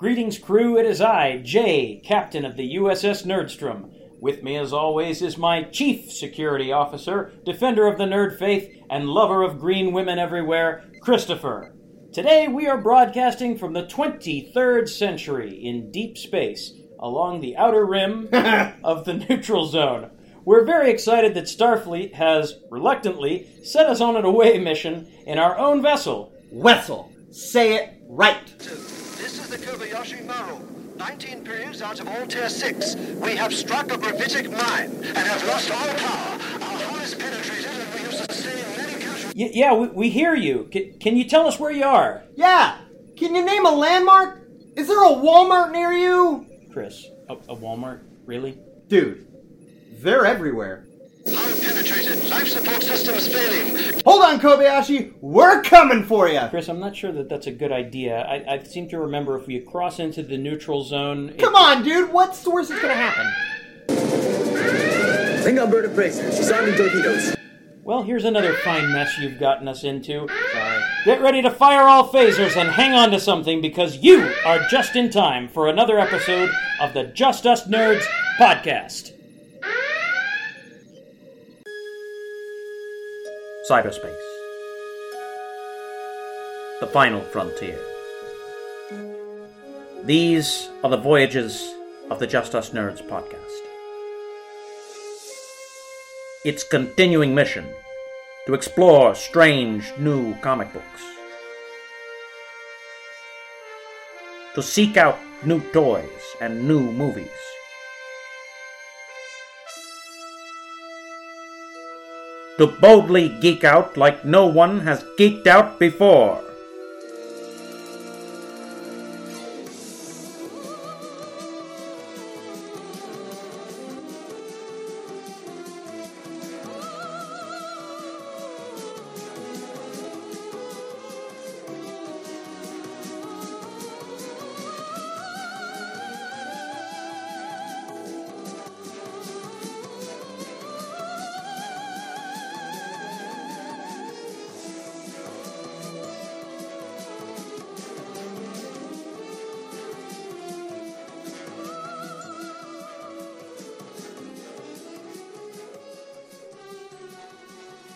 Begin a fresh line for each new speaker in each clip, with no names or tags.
Greetings, crew. It is I, Jay, captain of the USS Nerdstrom. With me, as always, is my chief security officer, defender of the nerd faith, and lover of green women everywhere, Christopher. Today, we are broadcasting from the 23rd century in deep space along the outer rim of the neutral zone. We're very excited that Starfleet has reluctantly set us on an away mission in our own vessel,
Wessel. Say it right.
This is the Kobayashi Maru. 19 periods out of Altair 6. We have struck a gravitic mine and have lost all power. Our hull is penetrated and we have sustained many casualties.
Y- yeah, we, we hear you. C- can you tell us where you are,
Yeah. Can you name a landmark? Is there a Walmart near you?
Chris? A, a Walmart, really?
Dude, they're everywhere.
Hull penetrated. Life support systems failing.
Hold on, Kobayashi. We're coming for you.
Chris, I'm not sure that that's a good idea. I, I seem to remember if we cross into the neutral zone. it-
Come on, dude. What's the worst that's gonna happen?
Think Alberta Bracer. She's arming torpedoes.
Well, here's another fine mess you've gotten us into.
Sorry.
Get ready to fire all phasers and hang on to something because you are just in time for another episode of the Just Us Nerds podcast. Cyberspace. The final frontier. These are the voyages of the Just Us Nerds podcast. Its continuing mission to explore strange new comic books, to seek out new toys and new movies, to boldly geek out like no one has geeked out before.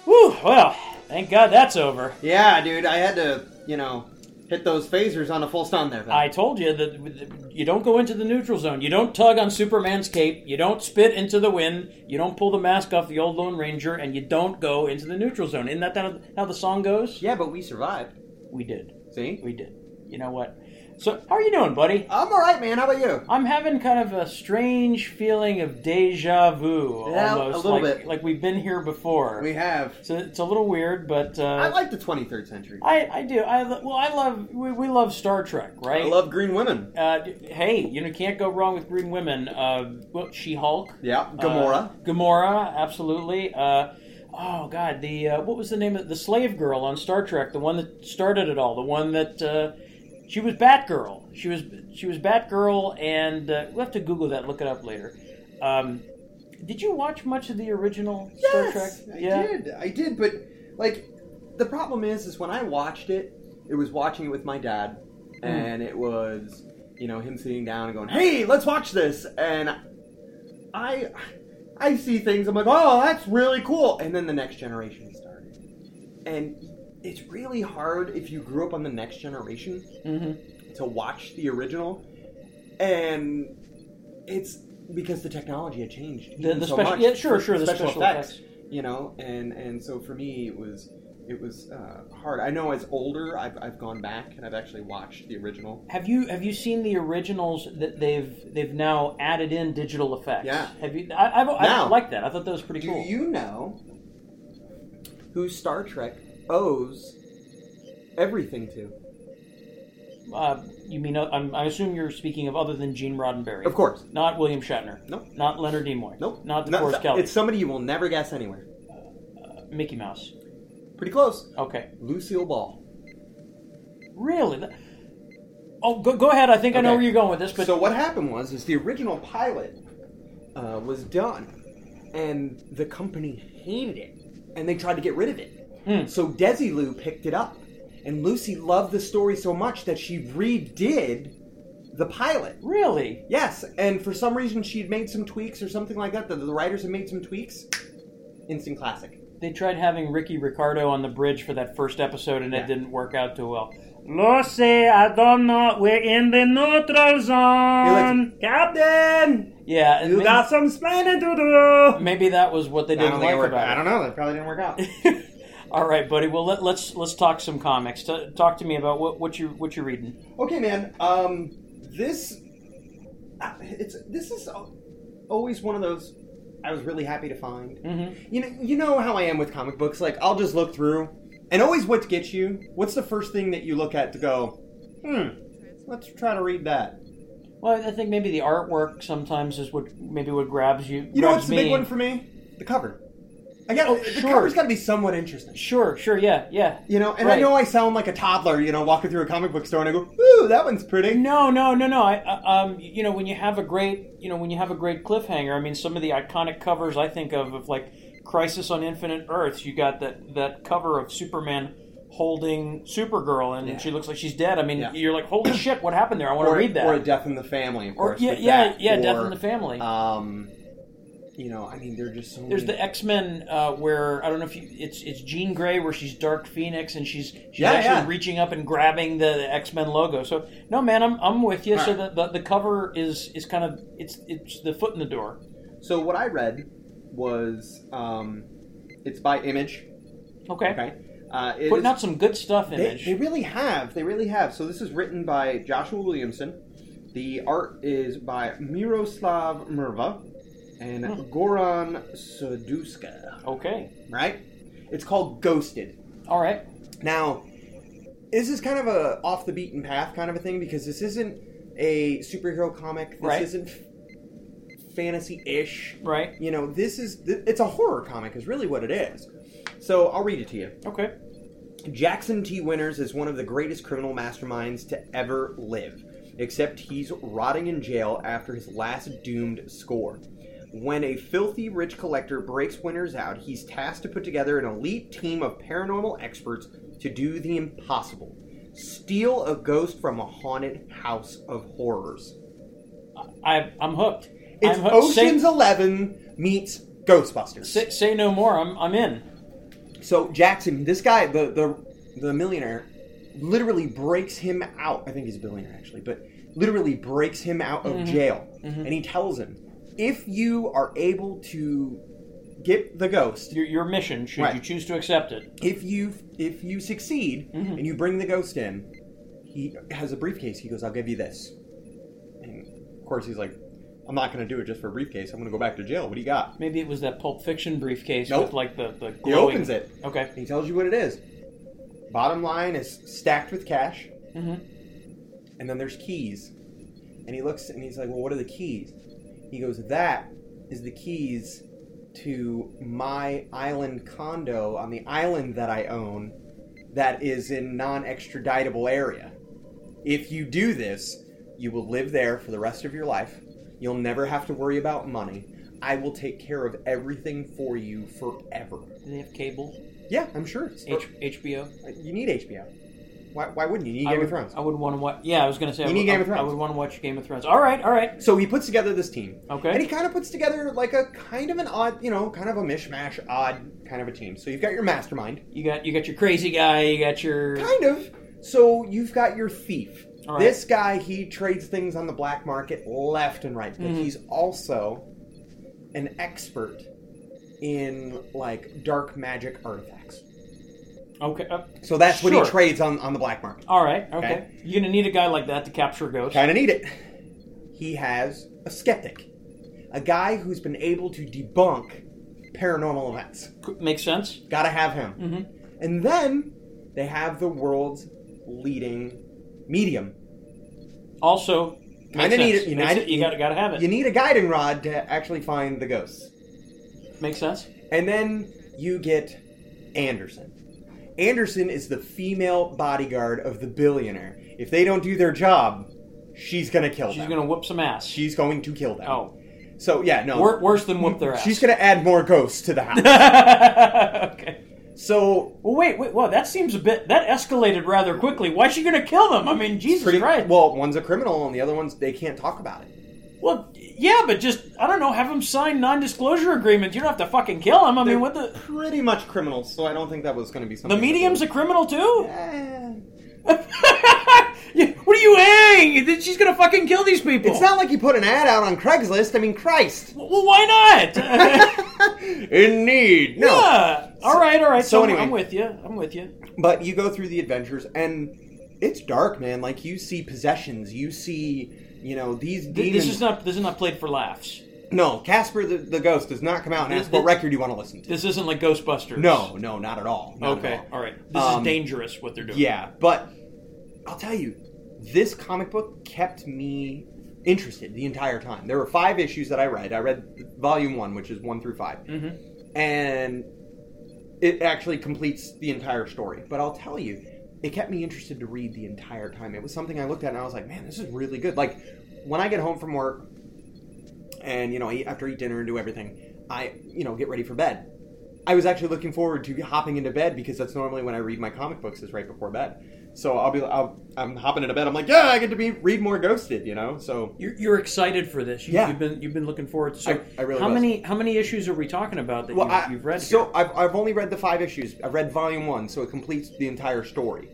Whew, well, thank God that's over.
Yeah, dude. I had to, you know, hit those phasers on a full stun there. though.
I told you that you don't go into the neutral zone. You don't tug on Superman's cape. You don't spit into the wind. You don't pull the mask off the old Lone Ranger, and you don't go into the neutral zone. Isn't that how- how the song goes?
Yeah, but we survived.
We did.
See?
We did. You know what? So, how are you doing, buddy?
I'm all right, man. How about you?
I'm having kind of a strange feeling of deja vu.
Yeah, a
almost,
little
like,
bit.
Like we've been here before.
We have.
so it's a little weird, but uh,
I like the 23rd century.
I, I do. I lo- well, I love we, we love Star Trek, right?
I love green women.
uh, d- hey, you know, can't go wrong with green women. Uh, what, She-Hulk,
Yeah,
Uh,
Gamora.
Gamora, absolutely. Uh, oh God, the uh, what was the name of the slave girl on Star Trek? The one that started it all. The one that uh, she was Batgirl. She was she was Batgirl, and uh, we will have to Google that. Look it up later. Um, did you watch much of the original Star Trek?
I did. I did, but like the problem is is when I watched it, it was watching it with my dad
Mm.
and it was, you know, him sitting down and going, "Hey, let's watch this." And I I see things I'm like, "Oh, that's really cool." And then the next generation started. And it's really hard if you grew up on the next generation
hmm
to watch the original and it's because the technology had changed
The-
even
the
so
special-
much.
yeah, sure, sure, the special
you know and and so for me it was it was uh, hard i know as older I've, I've gone back and i've actually watched the original
Have you have you seen the originals that they've they've now added in digital effects?
Yeah.
Have you? I, I've, I
Now.
like that. I thought that was pretty
do
cool.
you know who star trek owes everything to
Uh, you mean uh, I'm, I assume you're speaking of other than Gene Roddenberry?
of course
Not William Shatner.
Nope.
Not Leonard Nimoy.
nope
Not the
No,
Forrest Kelly.
it's uh, somebody you will never guess anywhere
Mickey Mouse.
pretty close
Okay.
lucille ball
Really? That- Oh, go, go ahead. I think I know
Okay.
where you're going with this, but
so what happened was is the original pilot uh, was done, and the company hated it, and they tried to get rid of it.
Hmm.
So Desilu picked it up, and Lucy loved the story so much that she redid the pilot.
Really?
Yes, and for some reason she'd made some tweaks or something like that. The, the writers had made some tweaks. Instant classic.
They tried having Ricky Ricardo on the bridge for that first episode, and
Yeah.
it didn't work out too well. Lo sé, I don't know. We're in the neutral zone.
Captain,
Yeah, and
you
Um, maybe,
got some explaining to do.
maybe that was what they
I
didn't
don't,
like
think it
about
worked.
it.
I don't know. That probably didn't work out.
All right, buddy. Well, let, let's let's talk some comics. T- talk to me about what, what you what you're reading.
okay, man. Um, this uh, it's this is al- always one of those I was really happy to find.
Mm-hmm.
You know, you know how I am with comic books. Like, I'll just look through, and always what gets you. What's the first thing that you look at to go? Hmm. Let's try to read that.
Well, I think maybe the artwork sometimes is what maybe what grabs you.
You know
grabs
what's the
me.
big one for me? The cover. I got
Oh,
the
sure.
cover's got to be somewhat interesting.
Sure, sure, yeah, yeah.
You know, and
Right.
I know I sound like a toddler, you know, walking through a comic book store and I go, "Ooh, that one's pretty."
No, no, no, no. I, I um, you know, when you have a great, you know, when you have a great cliffhanger. I mean, some of the iconic covers I think of, of like Crisis on Infinite Earths. You got that that cover of Superman holding Supergirl, and
Yeah.
she looks like she's dead. I mean,
Yeah.
you're like, holy shit, what happened there? I want
or,
to read that.
Or a death in the family, of
Or-
course.
yeah,
with
yeah,
that.
yeah, death
Or,
in the family.
Um, you know, I mean, there are just so
There's
many.
the X Men uh, where I don't know if you, it's it's Jean Grey where she's Dark Phoenix and she's she's
Yeah,
actually
yeah.
reaching up and grabbing the, the X Men logo. So no man, I'm, I'm with you.
All
so
right.
the, the the cover is is kind of it's it's the foot in the door.
so what I read was um, it's by Image.
Okay,
Okay. Uh, it
putting
is-
out some good stuff.
they,
Image.
they really have. They really have. So this is written by Joshua Williamson. The art is by Miroslav Merva and
Hmm.
Goran Suduska.
okay,
Right? It's called Ghosted.
all right.
Now, this is kind of a off the beaten path kind of a thing because this isn't a superhero comic. This
Right.
isn't fantasy ish.
Right.
You know, this is th- it's a horror comic is really what it is. So I'll read it to you.
Okay.
Jackson T. Winters is one of the greatest criminal masterminds to ever live, except he's rotting in jail after his last doomed score. When a filthy rich collector breaks Winters out, he's tasked to put together an elite team of paranormal experts to do the impossible steal a ghost from a haunted house of horrors.
I I'm hooked.
It's
I'm hooked. Say-
Ocean's Eleven meets Ghostbusters.
Say, say no more. I'm I'm in.
So Jackson, this guy, the the the millionaire, literally breaks him out. I think he's a billionaire actually, but literally breaks him out of jail, and he tells him, if you are able to get the ghost,
Your, your mission, should
Right.
you choose to accept it.
if you if you succeed and you bring the ghost in, he has a briefcase. He goes, I'll give you this, and of course he's like. I'm not going to do it just for a briefcase. I'm going to go back to jail. What do you got?
Maybe it was that Pulp Fiction briefcase
Nope.
with like the the
He
glowing.
opens it.
Okay.
He tells you what it is. Bottom line is stacked with cash. And then there's keys. And he looks and he's like, Well, what are the keys? He goes, That is the keys to my island condo on the island that I own that is in non extraditable area. If you do this, you will live there for the rest of your life. You'll never have to worry about money. I will take care of everything for you forever.
Do they have cable?
Yeah, I'm sure. It's-
H- HBO.
you need HBO. Why, why wouldn't you? You need
I
Game
would,
of Thrones.
I would want to watch. Yeah, I was gonna say.
You
I
need
would,
Game
I,
of Thrones.
I would want to watch Game of Thrones. All right, all right.
So he puts together this team.
Okay.
And he kind of puts together like a kind of an odd, you know, kind of a mishmash, odd kind of a team. So you've got your mastermind,
You got you got your crazy guy. You got your.
kind of. So you've got your thief.
All right.
This guy, he trades things on the black market left and right, but
Mm-hmm.
he's also an expert in like dark magic artifacts.
Okay. uh,
So that's what
Sure.
he trades on on the black market.
all right. Okay.
Okay.
You're gonna need a guy like that to capture ghosts.
Kind of need it. He has a skeptic, a guy who's been able to debunk paranormal events.
C- Makes sense.
Gotta have him. Mm-hmm. And then they have the world's leading medium.
Also.
Kind
makes
of need
sense.
it. You,
Makes
need
it- You gotta gotta have it.
You need a guiding rod to actually find the ghosts.
Makes sense.
And then you get Anderson. Anderson is the female bodyguard of the billionaire. If they don't do their job, she's gonna kill
She's
them.
gonna whoop some ass.
She's going to kill them.
oh,
So yeah, no.
wor- worse than whoop their ass.
She's gonna add more ghosts to the house.
okay.
So
Well, wait, wait, whoa, that seems a bit, that escalated rather quickly. Why's she going to kill them? I mean, Jesus
pretty
Christ.
well, one's a criminal and the other one's they can't talk about it.
Well, yeah, but just, I don't know, have them sign non disclosure agreements. You don't have to fucking kill them. I mean, what the.
Pretty much criminals, so I don't think that was going to be
The
something.
medium's a criminal too?
Eh.
You- what are you hang? That She's gonna fucking kill these people.
It's not like you put an ad out on Craigslist. I mean, Christ.
Well, why not?
In need. No.
yeah. All right, all right.
so
So,
anyway.
I'm with you. I'm with you.
But you go through the adventures and it's dark, man. Like you see possessions, you see, you know, these
Th-
demons.
This is not. This is not played for laughs.
No, Casper the, the ghost does not come out and
Th-
ask what
th-
record you want to listen to.
This isn't like Ghostbusters.
No, no, not at all. Not at
Okay.
all.
All right. This
Um,
is dangerous. What they're doing.
Yeah, but I'll tell you, this comic book kept me interested the entire time. There were five issues that I read. I read volume one, which is one through 5 and it actually completes the entire story. But I'll tell you, it kept me interested to read the entire time. It was something I looked at and I was like, man, this is really good. Like when I get home from work, and you know, I eat, after I eat dinner and do everything, I you know get ready for bed. I was actually looking forward to hopping into bed because that's normally when I read my comic books is right before bed. So I'll be I'll, I'm hopping into bed. I'm like, yeah, I get to be read more Ghosted, you know. So
You're, you're excited for this. You,
Yeah.
You've been you've been looking forward to. So
I- I really
how
was.
many how many issues are we talking about that
well,
you,
I,
you've read?
So
here?
I've I've only read the five issues. I've read volume one, so it completes the entire story.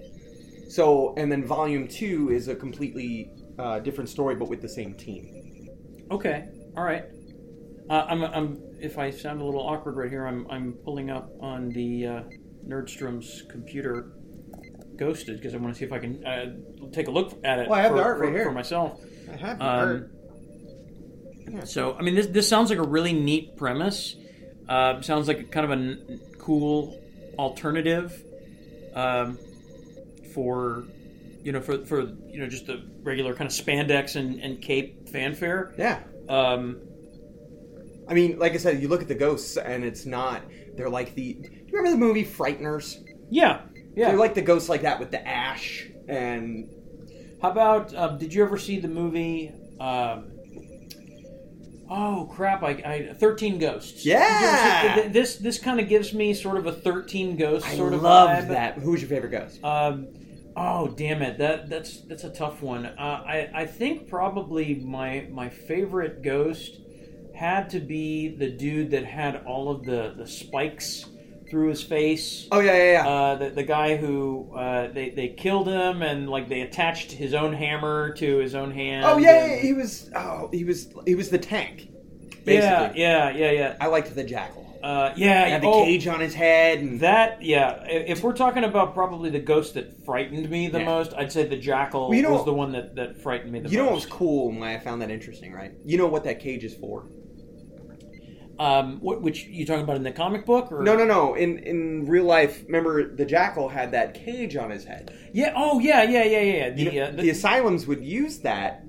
So and then volume two is a completely uh, different story, but with the same team.
Okay. All right. Uh, I'm, I'm. If I sound a little awkward right here, I'm. I'm pulling up on the uh, Nerdstrom's computer, ghosted, because I want to see if I can uh, take a look at it.
Well, I have
for,
the art
for-
right here.
for myself.
I have
Um, so, I mean, this this sounds like a really neat premise. Uh, sounds like kind of a n- cool alternative um, for you know for, for you know just the regular kind of spandex and, and cape fanfare.
yeah.
Um,
I mean, like I said, you look at the ghosts, and it's not. They're like the. Do you remember the movie Frighteners?
yeah, yeah.
They're like the ghosts like that with the ash and
How about? Um, did you ever see the movie? Um, oh crap! I, I Thirteen Ghosts. Did you ever see-
Yeah!
th- th- this this kind of gives me sort of a Thirteen Ghosts
I
sort of
love
vibe.
that. Who's your favorite ghost?
Um, oh damn it! That that's that's a tough one. Uh, I I think probably my my favorite ghost had to be the dude that had all of the the spikes through his face.
oh yeah, yeah, yeah.
Uh, the, the guy who uh, they, they killed him and like they attached his own hammer to his own hand.
oh yeah, yeah,
and-
he was. Oh, he was. He was the tank. Basically.
yeah, yeah, yeah, yeah,
I liked the jackal.
uh, yeah.
He had the
oh,
cage on his head, and
That yeah. I- If we're talking about probably the ghost that frightened me the
Yeah.
most, I'd say the jackal
Well, you know-
was the one that, that frightened me the
you know what was
most.
cool and why I found that interesting, right? You know what that cage is for?
um, what, which you talking about in the comic book or
No, no, no. In in real life, remember the jackal had that cage on his head.
Yeah. Oh yeah, yeah, yeah, yeah.
You
The,
know,
uh,
the,
the,
asylums would use that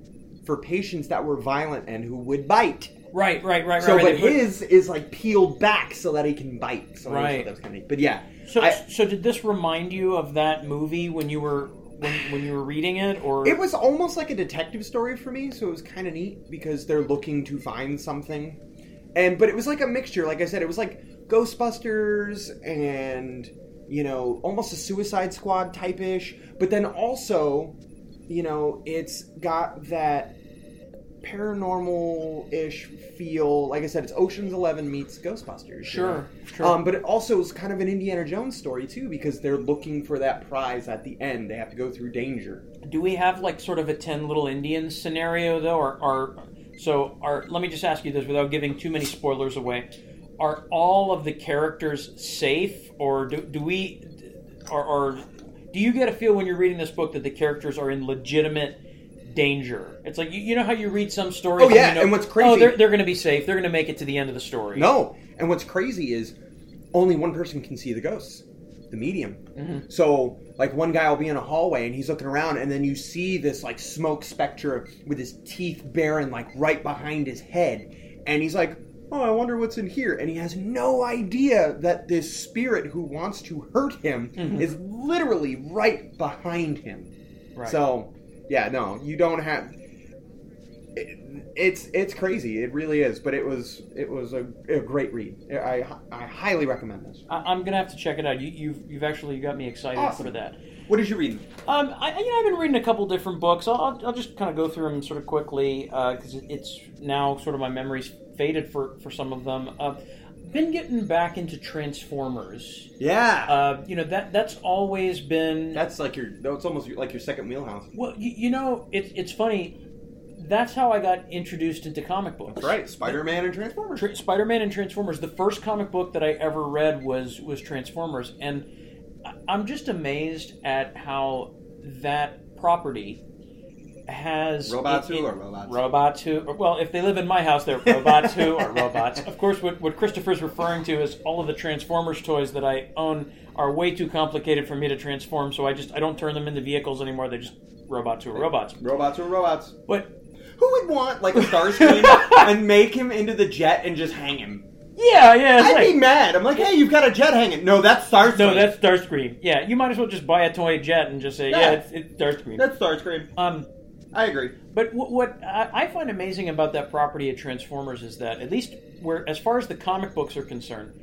for patients that were violent and who would bite.
right, right, right,
So,
right.
but
right. They put-
his is like peeled back so that he can bite. So I always
Right.
thought that was kind of neat. But yeah,
So,
I-
so did this remind you of that movie when you were when, when you were reading it, or
it was almost like a detective story for me. So it was kind of neat because they're looking to find something, and but it was like a mixture. Like I said, it was like Ghostbusters and you know almost a Suicide Squad type ish. But then also, you know, it's got that paranormal ish feel. Like I said, it's Ocean's Eleven meets Ghostbusters. you know?
Sure, sure.
Um, but it also is kind of an Indiana Jones story too, because they're looking for that prize at the end. They have to go through danger.
do we have like sort of a 10 little indians scenario though or are so are let me just ask you this without giving too many spoilers away are all of the characters safe or do, do we or, or do you get a feel when you're reading this book that the characters are in legitimate danger it's like you, you know how you read some stories
Oh, yeah,
you know,
and what's crazy-
oh they're, they're gonna be safe they're gonna make it to the end of the story
No. And what's crazy is only one person can see the ghosts, the medium. So, like, one guy will be in a hallway and he's looking around, and then you see this, like, smoke specter with his teeth barren, like, right behind his head. And he's like, Oh, I wonder what's in here. And he has no idea that this spirit who wants to hurt him is literally right behind him.
Right.
So, yeah, no, you don't have. it, it's it's crazy. It really is. But it was it was a, a great read. I I highly recommend this.
I, I'm gonna have to check it out. You, you've you've actually got me excited
Awesome.
for that.
What did you read?
Um, I, you know, I've been reading a couple different books. I'll, I'll, I'll just kind of go through them sort of quickly because it, it's now sort of my memory's faded for, for some of them. Uh, been getting back into Transformers.
Yeah,
Uh, you know that that's always been
that's like your that's almost like your second wheelhouse.
well. You, you know, it's it's funny. That's how I got introduced into comic books.
Right, Spider Man and Transformers.
Tra- Spider-Man and Transformers. The first comic book that I ever read was was Transformers, and I- I'm just amazed at how that property has
Robots who are robots.
robots who or- well if they live in my house they're robots who are robots of course what, what christopher's referring to is all of the transformers toys that i own are way too complicated for me to transform so i just i don't turn them into vehicles anymore they're just robots who are robots
robots are robots.
but
Who would want like a Starscream and make him into the jet and just hang him?
yeah yeah it's
I'd
like-
be mad. I'm like, hey, you've got a jet hanging. No, that's Starscream.
No, that's Starscream. Yeah, you might as well just buy a toy jet and just say, yeah,
Yeah.
it's, it's Starscream.
that's Starscream.
um,
I agree.
but what, what I I find amazing about that property of Transformers is that, at least where as far as the comic books are concerned,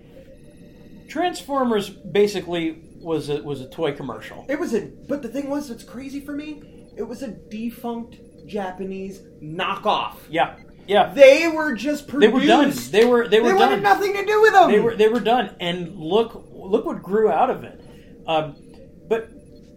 Transformers basically was a, was a toy commercial.
It was a, but the thing was, it's crazy for me. It was a defunct Japanese knockoff.
Yeah, yeah,
They were just
they
produced.
were done. They were they were
They
done.
wanted nothing to do with them.
They were they were done, and look look what grew out of it. Um, but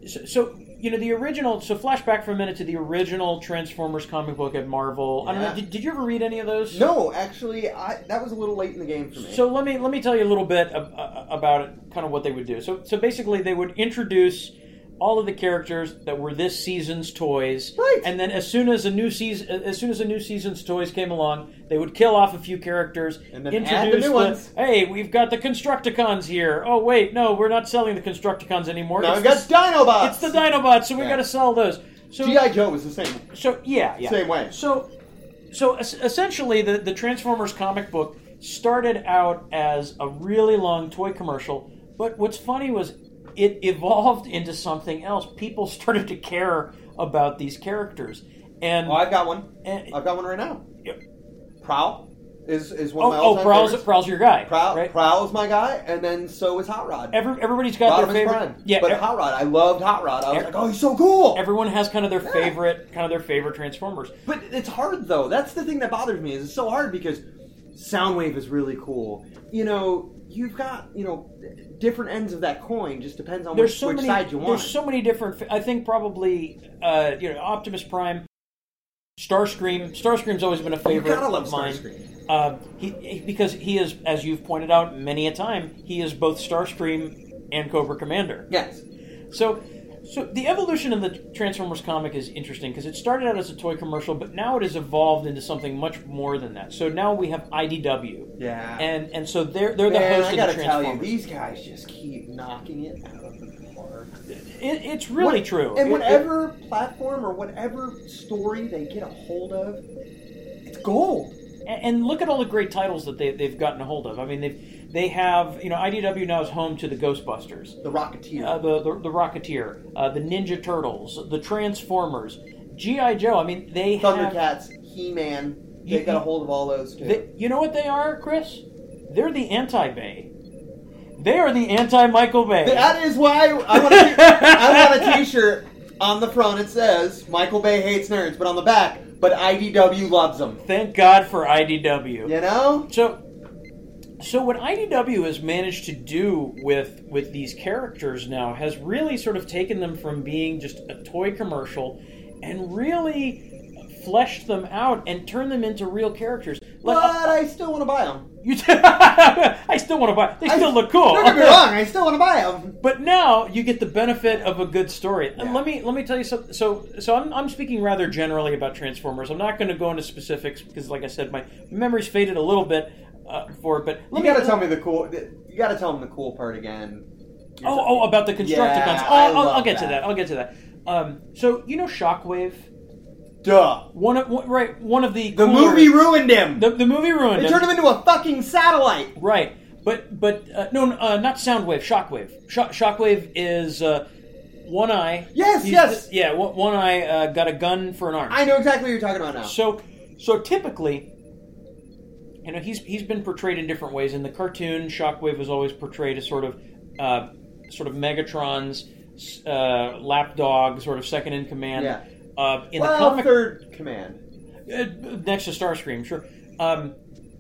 so, so you know the original. So flashback for a minute to the original Transformers comic book at Marvel. I don't know.
Yeah.
Did, did you ever read any of those?
no, actually, I, that was a little late in the game for me.
So let me let me tell you a little bit ab- uh, about it, kind of what they would do. So so basically, they would introduce all of the characters that were this season's toys,
Right.
and then as soon as a new season, as soon as a new season's toys came along, they would kill off a few characters,
And then add the new ones.
Hey, we've got the Constructicons here. Oh wait, no, we're not selling the Constructicons anymore.
now
it's,
I've got
the,
Dinobots.
it's the Dinobots, so we
Yeah.
got to sell those. So
GI Joe was the same.
so yeah, yeah.
Same way.
So, so es- essentially, the the Transformers comic book started out as a really long toy commercial. But what's funny was it evolved into something else. People started to care about these characters, and
Oh, I've got one.
And-
I've got one right now.
Yeah.
Prowl is is one of
oh,
my
oh
all-time
Prowl's,
favorites.
Prowl's your guy,
Prowl,
right?
Prowl is my guy, and then so is Hot Rod.
Every, everybody's got
Bottom
their
is
favorite.
Prime.
Yeah,
but
e-
Hot Rod, I loved Hot Rod. I was
Ev-
like, oh, he's so cool.
everyone has kind of their
Yeah.
favorite, kind of their favorite Transformers.
But it's hard though. That's the thing that bothers me. Is it's so hard because Soundwave is really cool. You know, you've got you know different ends of that coin. Just depends on
there's
which,
so
which
many
side you want.
there's so many different i think probably uh you know optimus prime starscream starscream's always been a favorite
gotta love
of mine
Starscream.
Uh, he, he- because he is as you've pointed out many a time he is both starscream and cobra commander
yes.
so so the evolution of the transformers comic is interesting because it started out as a toy commercial but now it has evolved into something much more than that so now we have idw
Yeah.
and and so they're they're the
Man,
host
I
of the
gotta tell you,
transformers
these guys just keep knocking it out of the park.
it, it's really
What-
true
And
It- it-
whatever platform or whatever story they get a hold of, it's gold.
And, and look at all the great titles that they, they've gotten a hold of. I mean, they've, they have, you know, IDW now is home to the Ghostbusters,
The Rocketeer.
uh, the, the, the Rocketeer, uh, the Ninja Turtles, the Transformers, G.I. Joe. I mean, they have.
Thundercats, He Man. They
You-
got a
you-
hold of all those too.
They, you know what they are, Chris? They're the anti Bay. They are the anti Michael Bay.
that is why I want, a t- I want a T-shirt. On the front it says Michael Bay hates nerds, but on the back, but IDW loves them.
Thank God for IDW.
You know?
So, so what IDW has managed to do with with these characters now has really sort of taken them from being just a toy commercial, and really fleshed them out and turned them into real characters. Like
But I still want to buy them.
you, I still want to buy. They still look cool.
Don't get me wrong, I still want to buy them.
But now you get the benefit of a good story. And
Yeah.
Let me let me tell you something. So so I'm, I'm speaking rather generally about Transformers. I'm not going to go into specifics because, like I said, my memory's faded a little bit uh, for it. But let
You
me
gotta tell me the cool. You gotta tell them the cool part again.
Oh, oh, about the Constructicons.
Yeah,
oh,
I
I'll, I'll
love
get to
that.
that. I'll get to that. Um, so you know Shockwave,
duh!
one of one, right, one of the
The
cooler-
movie ruined him.
the, the movie ruined
They
him.
turned him into a fucking satellite.
right, but but uh, no, uh, not Soundwave. Shockwave. Shock Shockwave is uh, one eye.
Yes,
He's
yes.
the- yeah, one, one eye uh, got a gun for an arm.
I know exactly what you're talking about now.
So So typically, you know, he's he's been portrayed in different ways. In the cartoon, Shockwave was always portrayed as sort of uh, sort of Megatron's uh, lapdog, sort of second in command.
Yeah.
Uh, in
well,
the comic,
third command.
uh, next to Starscream, sure. Um,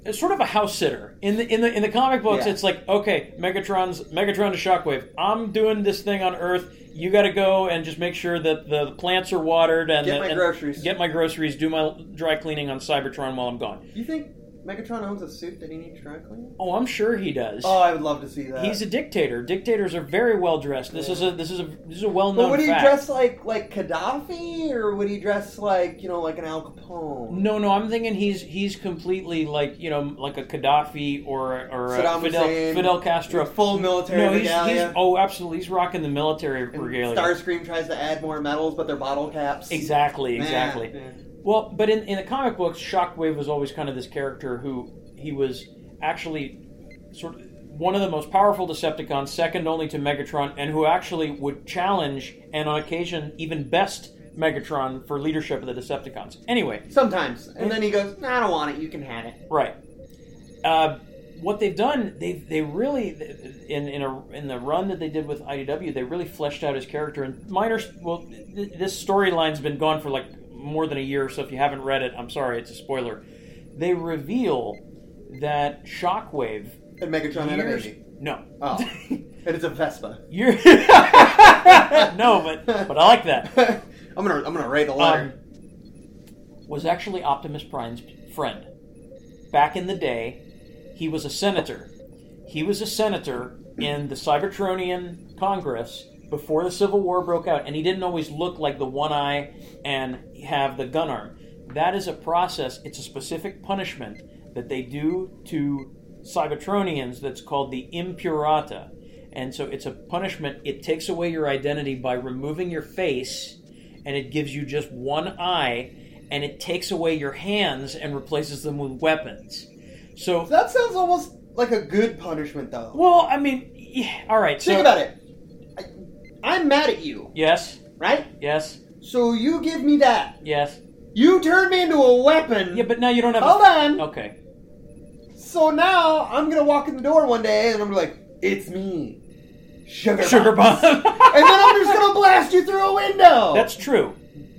it's sort of a house sitter in the in the in the comic books.
Yeah.
It's like okay, Megatron's Megatron to Shockwave. I'm doing this thing on Earth. You got to go and just make sure that the plants are watered and
Get
the-
my
and
groceries.
Get my groceries. Do my dry cleaning on Cybertron while I'm gone.
You think Megatron owns a suit that he needs dry clean?
Oh, I'm sure he does.
Oh, I would love to see that.
He's a dictator. Dictators are very well dressed. This is a this is a this is a well known.
but would he
fact.
dress like like Gaddafi, or would he dress like you know like an Al Capone?
No, no, I'm thinking he's he's completely like you know like a Gaddafi or or uh,
Saddam
Fidel
Hussein.
Fidel Castro.
Full military
no, he's,
regalia.
he's oh absolutely he's rocking the military
And
regalia.
Starscream tries to add more medals, but they're bottle caps.
Exactly,
Man,
exactly.
man.
Well, but in, in the comic books, Shockwave was always kind of this character who he was actually sort of one of the most powerful Decepticons, second only to Megatron, and who actually would challenge and on occasion even best Megatron for leadership of the Decepticons. Anyway,
Sometimes, and then he goes, nah, "I don't want it. You can have it."
Right. Uh, what they've done, they they really in in a in the run that they did with IDW, they really fleshed out his character. And minor, well, th- this storyline's been gone for like more than a year. So if you haven't read it, I'm sorry, it's a spoiler. They reveal that Shockwave.
And Megatron had a
years-
baby.
No.
Oh, and it's a Vespa.
Year- no, but but I like that.
I'm gonna I'm gonna write a
um,
letter.
was actually Optimus Prime's friend. Back in the day, he was a senator. He was a senator in the Cybertronian Congress before the Civil War broke out, and he didn't always look like the one eye and have the gun arm. That is a process, it's a specific punishment that they do to Cybertronians that's called the Impurata. And so it's a punishment, it takes away your identity by removing your face and it gives you just one eye and it takes away your hands and replaces them with weapons. So,
that sounds almost like a good punishment, though.
well, I mean, yeah, all right.
Think
so,
about it. I, I'm mad at you,
Yes,
right?
yes,
So you give me that.
yes.
You turn me into a weapon.
Yeah, but now you don't have.
Hold
a,
on.
Okay.
So now I'm gonna walk in the door one day and I'm gonna be like, it's me, sugar,
Sugar
Bob."
bomb.
and then I'm just gonna blast you through a window.
That's true,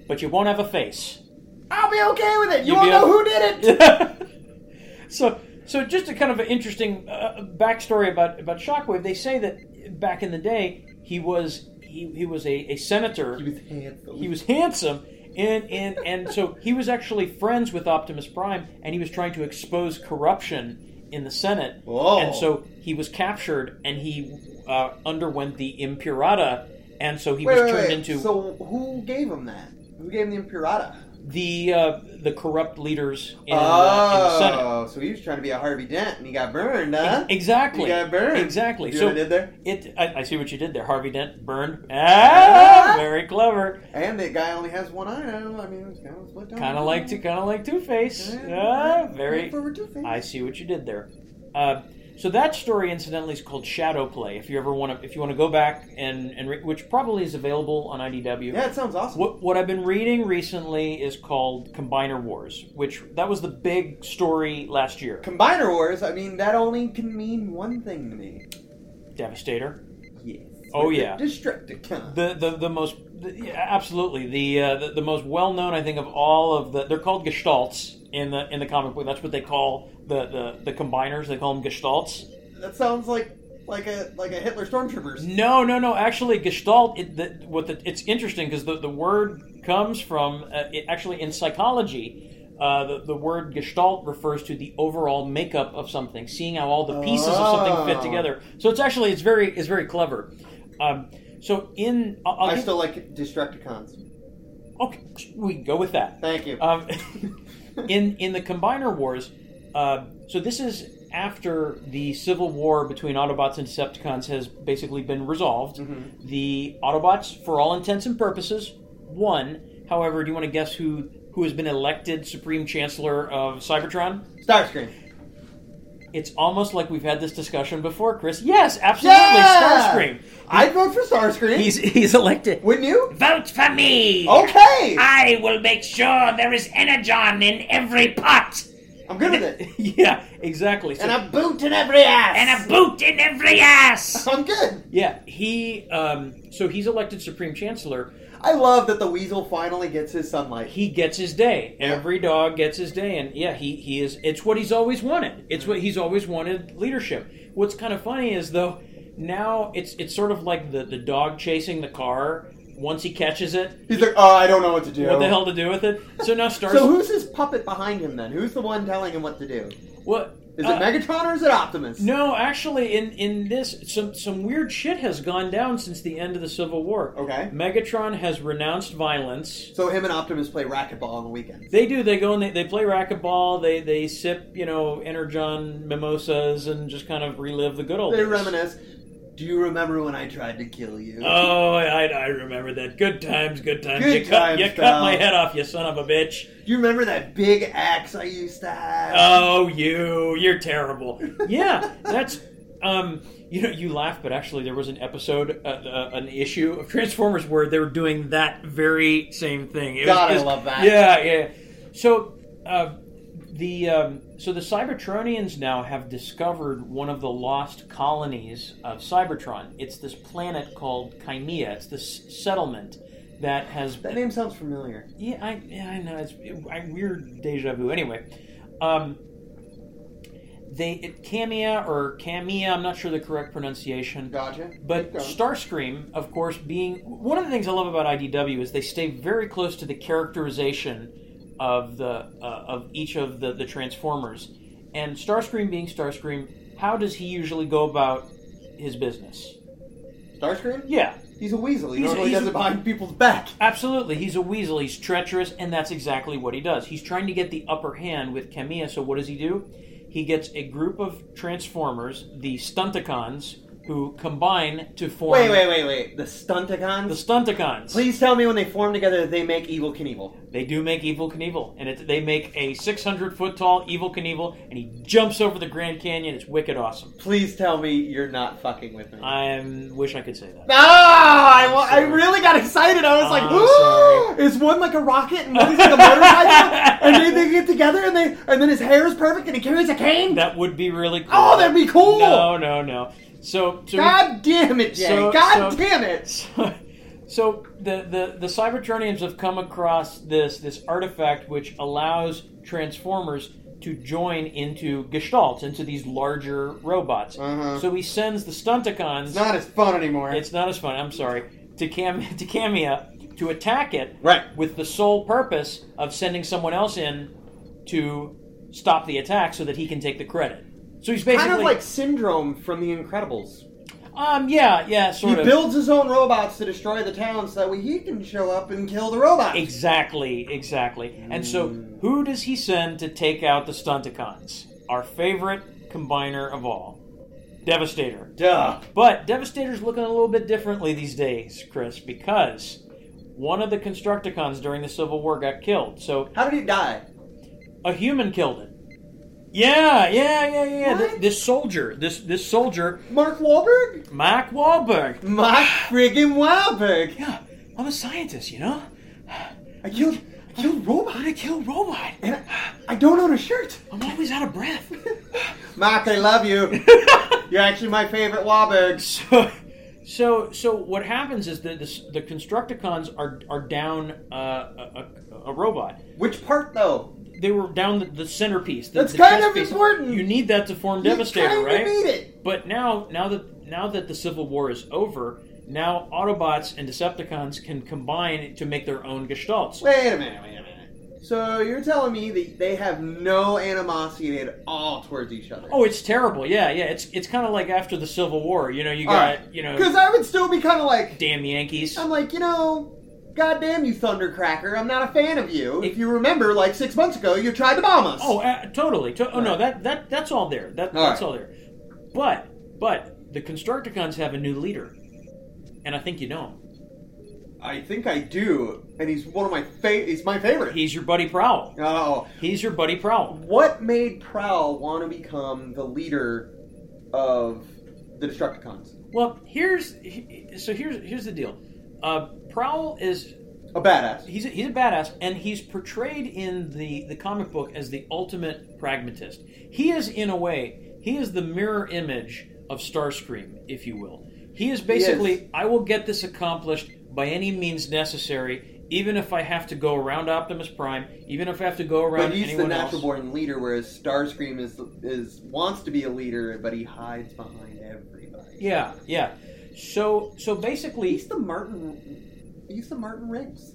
but you won't have a face.
I'll be okay with it. You
You'll be
won't know
a-
who did it.
so, so just a kind of an interesting uh, backstory about about Shockwave. They say that back in the day, he was he, he was a, a senator.
He was handsome.
he was handsome and and and so he was actually friends with Optimus Prime and he was trying to expose corruption in the Senate
Whoa.
and so he was captured and he uh, underwent the impurata and so he
wait,
was
wait,
turned
wait.
into
So who gave him that? Who gave him the impurata?
the uh, the corrupt leaders in,
oh,
uh, in the Senate
so he was trying to be a Harvey Dent and he got burned, huh?
exactly
He got burned.
exactly
You know
so
what I did there?
it I, I see what you did there Harvey Dent burned ah,
Ah.
very clever
And that guy only has one eye now. I mean, it's kind of split down.
kind of like to kind of like Two Face
Yeah,
ah, very
forward Two-Face.
I see what you did there. Uh, so that story, incidentally, is called Shadow Play. If you ever want to, if you want to go back and and re- which probably is available on IDW.
Yeah, it sounds awesome.
What, what I've been reading recently is called Combiner Wars, which that was the big story last year.
Combiner Wars, I mean, that only can mean one thing to me.
Devastator.
Yes.
Oh,
With the
yeah.
Destructicon.
The the the most the, yeah, absolutely the, uh, the the most well known I think of all of the they're called Gestalts in the in the comic book. That's what they call the the, the combiners. They call them Gestalts.
that sounds like like a like a Hitler stormtroopers.
No, no, no. Actually, Gestalt. It, the, what the, it's interesting because the, the word comes from uh, it, actually in psychology. Uh, the, the word gestalt refers to the overall makeup of something, seeing how all the pieces of something fit
Oh.
together. So it's actually it's very it's very clever. Um, so in I'll, I'll
I
give-
still like Destructicons.
okay, we can go with that.
Thank you.
Um, in in the Combiner Wars, uh, so this is after the civil war between Autobots and Decepticons has basically been resolved. The Autobots, for all intents and purposes, won. However, do you want to guess who who has been elected Supreme Chancellor of Cybertron?
Starscream.
It's almost like we've had this discussion before, Chris. Yes, absolutely. Starscream.
I'd vote for Starscream.
He's he's elected.
Wouldn't you?
Vote for me!
Okay.
I will make sure there is energon in every pot
I'm good with it.
Yeah, exactly. So-
And I'm boot in every ass.
and a boot in every ass!
I'm good.
yeah, he. Um, so he's elected supreme chancellor.
I love that the weasel finally gets his sunlight.
He gets his day. Every dog gets his day, and yeah, he he is. It's what he's always wanted. It's what he's always wanted. Leadership. What's kind of funny is though, now it's it's sort of like the the dog chasing the car. Once he catches it,
He's like, oh, I don't know what to do.
what the hell to do with it? So now Star.
So who's his puppet behind him then? Who's the one telling him what to do?
What
Is
uh,
it Megatron or is it Optimus?
No, actually, in in this, some some weird shit has gone down since the end of the Civil War.
Okay.
Megatron has renounced violence.
So him and Optimus play racquetball on the weekends.
They do. They go and they, they play racquetball. They they sip, you know, energon mimosas and just kind of relive the good old.
They
days.
reminisce. Do you remember when I tried to kill you?
Oh, I, I remember that. Good times, good times.
Good
you cut,
times,
you cut
pal.
my head off, you son of a bitch.
Do you remember that big axe I used to have?
Oh, you, you're terrible. Yeah, that's. Um, you know, you laugh, but actually, there was an episode, uh, uh, an issue of Transformers where they were doing that very same thing. It
God, I
just-
love that.
Yeah, yeah. So, uh, the um, so the Cybertronians now have discovered one of the lost colonies of Cybertron. It's this planet called Kymea. It's this settlement that has
That name sounds familiar.
yeah, I, yeah, I know. It's I, weird deja vu. Anyway, um, they it, Camia or Camia, I'm not sure the correct pronunciation.
Gotcha.
But
Keep going.
Starscream, of course, being one of the things I love about IDW is they stay very close to the characterization of the uh, of each of the, the Transformers. And Starscream being Starscream, how does he usually go about his business?
Starscream?
Yeah,
He's a weasel. He
He's a-
normally
he's
does
a-
it behind people's back.
Absolutely. He's a weasel. He's treacherous, and that's exactly what he does. He's trying to get the upper hand with Kamiya, so what does he do? He gets a group of Transformers, the Stunticons, who combine to form
Wait, wait, wait, wait. The Stunticons?
the Stunticons.
Please tell me when they form together they make Evil Knievel.
They do make Evil Knievel, and it, they make a 600 foot tall Evil Knievel, and he jumps over the Grand Canyon. It's wicked awesome.
Please tell me you're not fucking with me.
I um, wish I could say that.
No, Ah, I, wa- I
sorry. Oh,
really got excited. I was like,
I'm
"Ooh!" Is one like a rocket and one's like a motorcycle? and then they get together and they and then his hair is perfect and he carries a cane.
That would be really cool.
Oh, that'd be cool.
No, no, no. So, so
God damn it, Jay!
So-
God
so-
damn it!
So, so the, the, the Cybertronians have come across this this artifact which allows Transformers to join into Gestalts, into these larger robots.
Uh-huh.
So he sends the Stunticons.
It's not as fun anymore.
it's not as fun. I'm sorry. To Cam to Camia to attack it
Right.
with the sole purpose of sending someone else in to stop the attack so that he can take the credit. So he's basically
kind of like Syndrome from The Incredibles.
um yeah yeah
He
sort of
builds his own robots to destroy the town so that way he can show up and kill the robots.
Exactly, exactly. And so, who does he send to take out the Stunticons? Our favorite combiner of all, Devastator.
Duh.
But Devastator's looking a little bit differently these days, Chris, because one of the Constructicons during the Civil War got killed. So
How did he die?
a human killed it. Yeah, yeah, yeah, yeah. yeah. Th-
What?
This soldier, this this soldier,
Mark Wahlberg?
Mark Wahlberg.
Mark friggin' Wahlberg.
Yeah, I'm a scientist, you know.
I killed, I killed Robot.
I kill robot.
And I, I don't own a shirt.
I'm always out of breath.
Mark, I love you. You're actually my favorite Wahlberg.
So, so, so what happens is that this, the Constructicons are are down uh, a, a, a robot.
Which part though?
They were down the, the centerpiece. The,
That's
the
kind of
chest piece.
important.
You need that to form Devastator,
you kinda
right?
Need it.
But now, now that now that the Civil War is over, now Autobots and Decepticons can combine to make their own Gestalts.
Wait a minute. Wait a minute. So you're telling me that they have no animosity at all towards each other?
Oh, it's terrible. Yeah, yeah. It's it's kind of like after the Civil War. You know, you got you
Because
know,
I would still be kind of like,
damn Yankees.
I'm like, you know. Goddamn you, Thundercracker! I'm not a fan of you. If you remember, like six months ago, you tried to bomb us.
Oh, uh, totally. To- oh no,
Right.
that that that's all there. That,
All
that's
right.
all there. But but the Constructicons have a new leader, and I think you know him.
I think I do, and he's one of my fa- He's my favorite.
He's your buddy Prowl.
oh,
He's your buddy Prowl.
what made Prowl want to become the leader of the Destructicons?
Well, here's he- so here's here's the deal. Uh, Prowl is
A badass.
he's a, he's a badass, and he's portrayed in the the comic book as the ultimate pragmatist. He is, in a way, he is the mirror image of Starscream, if you will. He is basically,
Yes.
I will get this accomplished by any means necessary, even if I have to go around Optimus Prime, even if I have to go around
But he's the
anyone else.
natural born leader, whereas Starscream is is wants to be a leader, but he hides behind everybody.
Yeah, yeah. So, so basically,
he's the Martin. He's the Martin Riggs.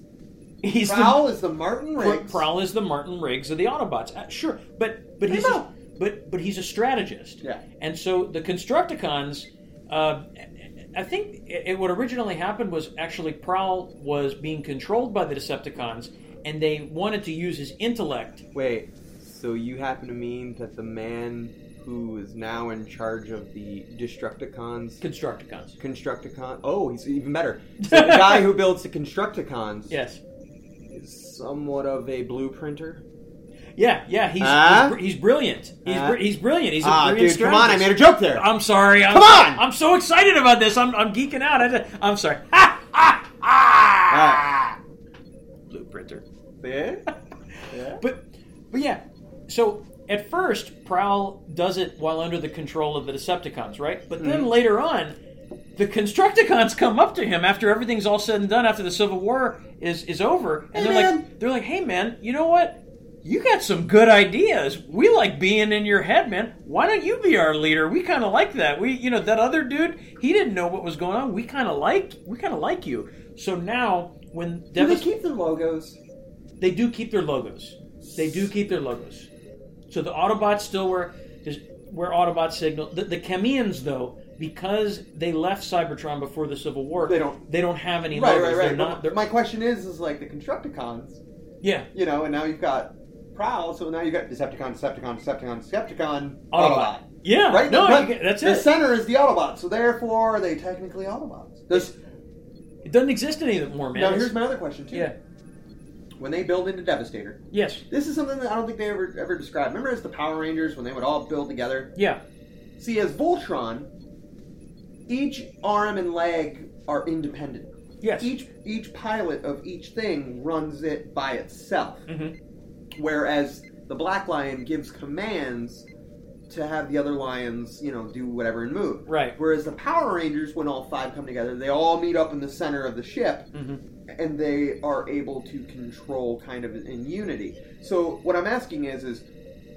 he's the-
Prowl is the Martin
Pr-
Riggs.
Prowl is the Martin Riggs of the Autobots. Uh, sure, but but he's a,
know.
but but he's a strategist.
Yeah.
And so the Constructicons, uh, I think it, it- what originally happened was actually Prowl was being controlled by the Decepticons, and they wanted to use his intellect.
Wait, so you happen to mean that the man who is now in charge of the Destructicons,
Constructicons.
Constructicon? Oh, he's even better. So the guy who builds the Constructicons
Yes.
is somewhat of a blueprinter.
Yeah, yeah. He's
Huh?
he's, br- he's brilliant. He's,
Huh?
br- he's brilliant. He's a
Uh-huh. ah,
brilliant
dude, come on! I
strategist.
made a joke there.
I'm sorry. I'm,
Come on!
I'm so excited about this. I'm, I'm geeking out. I, am sorry. Ha ha ha! Blue printer.
Ah. yeah. yeah.
But but yeah. So at first, Prowl does it while under the control of the Decepticons, right? But
Mm-hmm.
then later on, the Constructicons come up to him after everything's all said and done, after the Civil War is is over, and
Hey,
they're
man.
like they're like, "Hey man, you know what? You got some good ideas. We like being in your head, man. Why don't you be our leader? We kind of like that. We, you know, that other dude, he didn't know what was going on. We kind of like, we kind of like you. So now, when
Do they
Devas-
keep their logos?
they do keep their logos. They do keep their logos. So the Autobots still wear there's- wear Autobot signal. The, the Chemians though, because they left Cybertron before the Civil War,
They don't-
they don't have any
Right,
logos.
right,
They're
right.
not.
But
They're,
My question is, is like the Constructicons,
yeah,
you know, and now you've got Prowl, so now you've got Decepticon, Decepticon, Decepticon, Decepticon,
Autobot. Yeah,
Right?
No,
But
you get- that's
the
it.
center is the Autobot, so therefore are they technically Autobots? This,
It doesn't exist anymore, man.
now,
It's-
here's my other question, too.
yeah.
When they build into Devastator,
Yes.
this is something that I don't think they ever ever described. Remember as the Power Rangers when they would all build together?
Yeah.
See, as Voltron, each arm and leg are independent.
Yes.
Each each pilot of each thing runs it by itself.
Mhm.
Whereas the Black Lion gives commands to have the other lions, you know, do whatever and move.
Right.
Whereas the Power Rangers, when all five come together, they all meet up in the center of the ship,
Mm-hmm.
and they are able to control kind of in unity. So what I'm asking is, is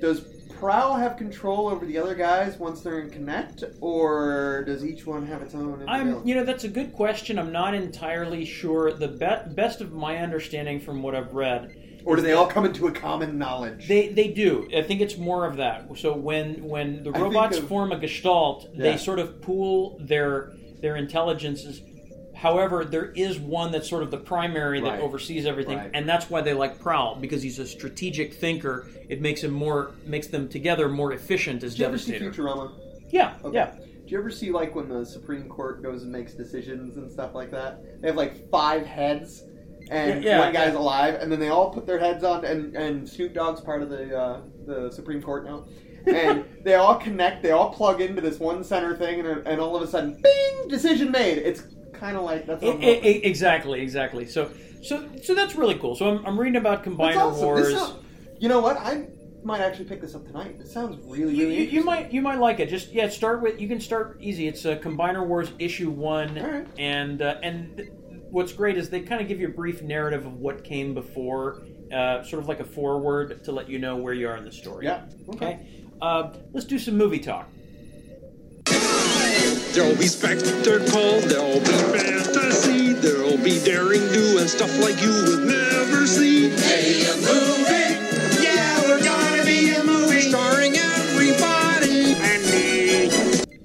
does Prowl have control over the other guys once they're in Connect, or does each one have its own? individual-
I'm, you know, that's a good question. I'm not entirely sure. The be- best of my understanding from what I've read
or do they all come into a common knowledge?
They they do. I think it's more of that. So when when the
think
robots
of-
form a gestalt, they
Yeah.
sort of pool their their intelligences. However, there is one that's sort of the primary that
Right.
oversees everything,
Right.
and that's why they like Prowl because he's a strategic thinker. It makes him more makes them together more efficient as
Did you ever see
Devastator.
Futurama?
Yeah, yeah.
Do you ever see like when the Supreme Court goes and makes decisions and stuff like that? They have like five heads, and
Yeah, yeah,
one guy's
yeah.
alive, and then they all put their heads on. And, and Snoop Dogg's part of the uh, the Supreme Court now, and they all connect. They all plug into this one center thing, and, and all of a sudden, bing! Decision made. It's kind of like that's.
I-
what I'm
I- I- E, exactly, exactly. So so so that's really cool. So I'm, I'm reading about Combiner
That's awesome.
Wars.
This sound- you know what? I might actually pick this up tonight. It sounds really,
You,
really
you, you
interesting.
might you might like it. Just yeah, start with you can start easy. It's uh, Combiner Wars issue one,
All right.
and uh, and th- what's great is they kind of give you a brief narrative of what came before, uh, sort of like a foreword to let you know where you are in the story.
Yeah.
Okay. Uh, let's do some movie talk.
There'll be spectacle, there'll be fantasy, there'll be daring do and stuff like you would never see. Hey, a movie! Yeah, we're gonna be a movie! Starring everybody! And me!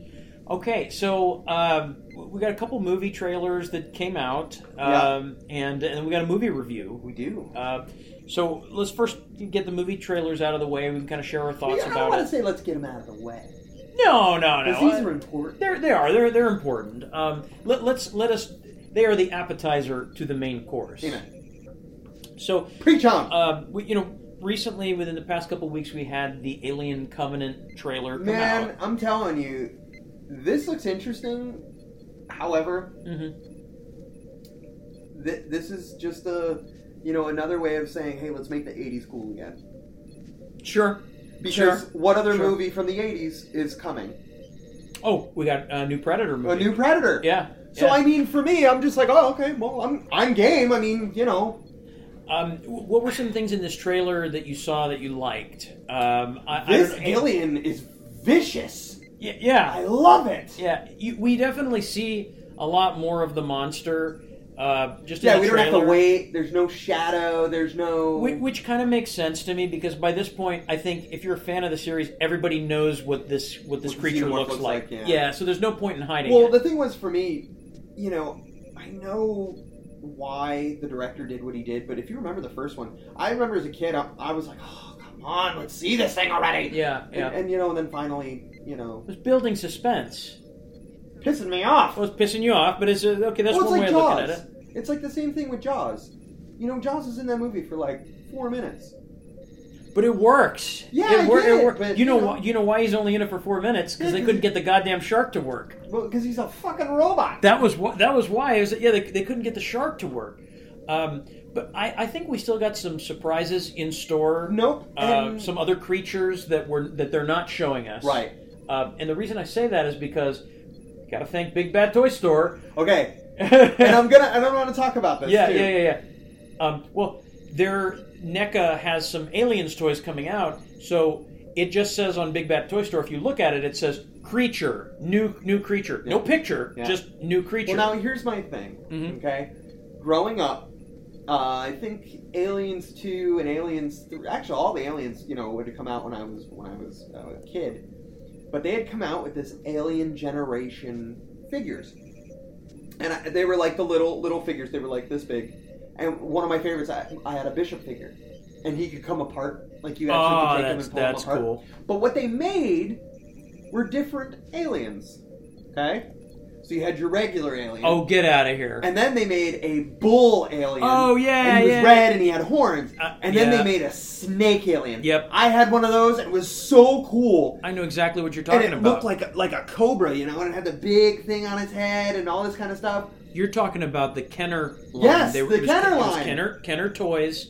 Okay, so um, we got a couple movie trailers that came out, um, and and we got a movie review.
We do.
Uh, so let's first get the movie trailers out of the way. We can kind of share our
I
thoughts
don't
about
want to
it.
say let's get them out of the way.
No, no, no.
Because these
Uh,
are important.
They're, they are. They're, they're important. Um, let, let's let us They are the appetizer to the main course.
Amen.
So,
Preach on.
uh, we, you know, recently within the past couple weeks, we had the Alien Covenant trailer come
Man,
out.
I'm telling you, this looks interesting. However,
Mhm.
th- this is just a you know another way of saying, hey, let's make the '80s cool again.
Sure.
Because
Sure.
what other
Sure.
movie from the '80s is coming?
Oh, we got a new Predator
A
movie.
new Predator.
Yeah.
So
yeah.
I mean, for me, I'm just like, oh, okay, well, I'm I'm game. I mean, you know,
Um, w- what were some things in this trailer that you saw that you liked? Um, I, I
this
don't know.
alien is vicious.
Y- yeah.
I love it.
Yeah, you, we definitely see a lot more of the monster. Uh, just in
Yeah,
the
we don't have to
trailer,
wait. There's no shadow. There's no.
whi- Which kind of makes sense to me because by this point, I think if you're a fan of the series, everybody knows what this what this
What the
creature
xenomorph
looks,
looks
like.
like, yeah.
so there's no point in hiding.
Well,
it.
the thing was for me, you know, I know why the director did what he did, but if you remember the first one, I remember as a kid, I, I was like, oh, come on, let's see this thing already.
yeah,
And,
yeah.
and, you know, and then finally, you know,
it was building suspense.
pissing me off.
Well, it's pissing you off, but it's uh, okay. That's
well, it's
one
like
way of
Jaws.
looking at it.
It's like the same thing with Jaws. You know, Jaws is in that movie for like four minutes.
But it works.
Yeah, I
it, wor-
get it,
worked.
but,
you know,
you know-
why- you know why he's only in it for four minutes because they
Yeah, 'cause
couldn't
he-
get the goddamn shark to work.
Well, because he's a fucking robot.
That was wh- that was why. It was yeah, they, they couldn't get the shark to work. Um, but I, I think we still got some surprises in store.
Nope.
Uh,
And-
some other creatures that were that they're not showing us.
Right.
Uh, and the reason I say that is because got to thank Big Bad Toy Store.
Okay. And
yeah,
I'm gonna. I don't want to talk about this.
yeah,
too.
yeah, yeah. Um, well, their NECA has some aliens toys coming out, so it just says on Big Bad Toy Store. If you look at it, it says creature, new new creature, no
Yeah.
picture,
Yeah.
just new creature.
Well, now here's my thing.
Mhm.
Okay, growing up, uh, I think Aliens Two and Aliens Three. Actually, all the Aliens, you know, would have come out when I was when I was uh, a kid. But they had come out with this Alien Generation figures, and I, they were like the little little figures. They were like this big. And one of my favorites, I, I had a Bishop figure, and he could come apart. Like you actually
Oh,
could take
that's
him and pull him
that's
apart.
cool.
But what they made were different aliens. Okay? So you had your regular alien.
Oh, get out of here!
And then they made a bull alien.
Oh, yeah,
And he was
yeah.
red and he had horns.
Uh,
and then
yeah.
they made a snake alien.
Yep.
I had one of those. It was so cool.
I know exactly what you're
And
talking
it
about.
looked like a, like a cobra, you know, and it had the big thing on its head and all this kind of stuff.
you're talking about the Kenner line.
Yes, the
it was-
Kenner
it was
line.
Kenner Kenner toys.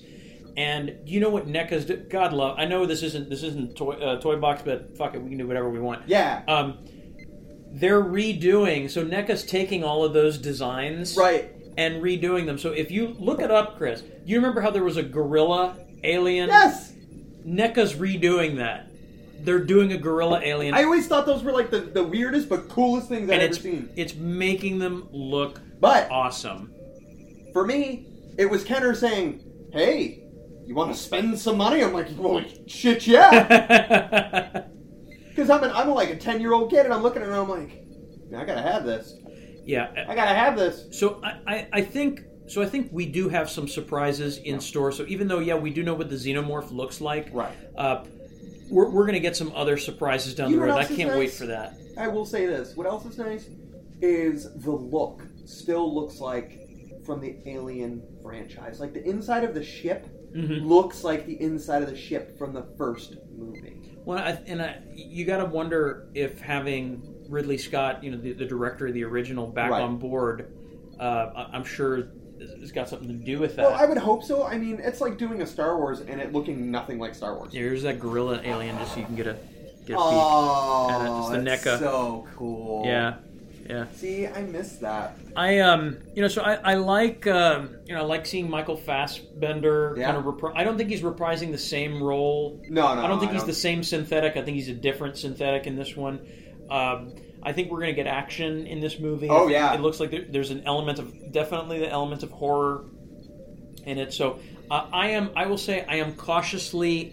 And you know what NECA's do- God love. I know this isn't this isn't toy uh, toy box, but fuck it, we can do whatever we want.
Yeah.
Um, they're redoing. So NECA's taking all of those designs,
Right.
and redoing them. So if you look it up, Chris, you remember how there was a gorilla alien?
Yes.
NECA's redoing that. They're doing a gorilla alien.
I always thought those were like the, the weirdest but coolest things I've
and
ever
it's Uh,
seen.
it's making them look
But
awesome.
for me, it was Kenner saying, "Hey, you want to spend some money?" I'm like, "Well, shit, yeah,"
yeah,
because I'm an, I'm like a ten year old kid, and I'm looking at it, and I'm like, "Man, "I gotta have this. I gotta have this."
uh, So I, I, I think so. I think we do have some surprises in store. So even though yeah, we do know what the xenomorph looks like,
Right.
Uh, we're, we're gonna get some other surprises down
You
the
know
road.
what
I
else is
can't wait
nice?
for that.
I will say this: what else is nice is the look still looks like from the Alien franchise. Like the inside of the ship
Mm-hmm.
looks like the inside of the ship from the first movie.
Well, I, and I, you got to wonder if having Ridley Scott, you know, the, the director of the original, back
Right.
on board, uh, I- I'm sure it's got something to do with that.
Well, I would hope so. I mean, it's like doing a Star Wars and it looking nothing like Star Wars.
Here's that gorilla alien, just so you can get a get a and it's
Oh,
the E
that's
NECA.
so cool.
peek. Yeah, yeah.
See, I missed that.
I um, you know, so I, I like um, you know, I like seeing Michael Fassbender
Yeah.
kind of. Repri- I don't think he's reprising the same role.
No, no.
I don't think he's the same synthetic. I think he's a different synthetic in this one. Um, I think we're gonna get action in this movie.
Oh, yeah.
it looks like there, there's an element of definitely the element of horror in it. So uh, I am, I will say, I am cautiously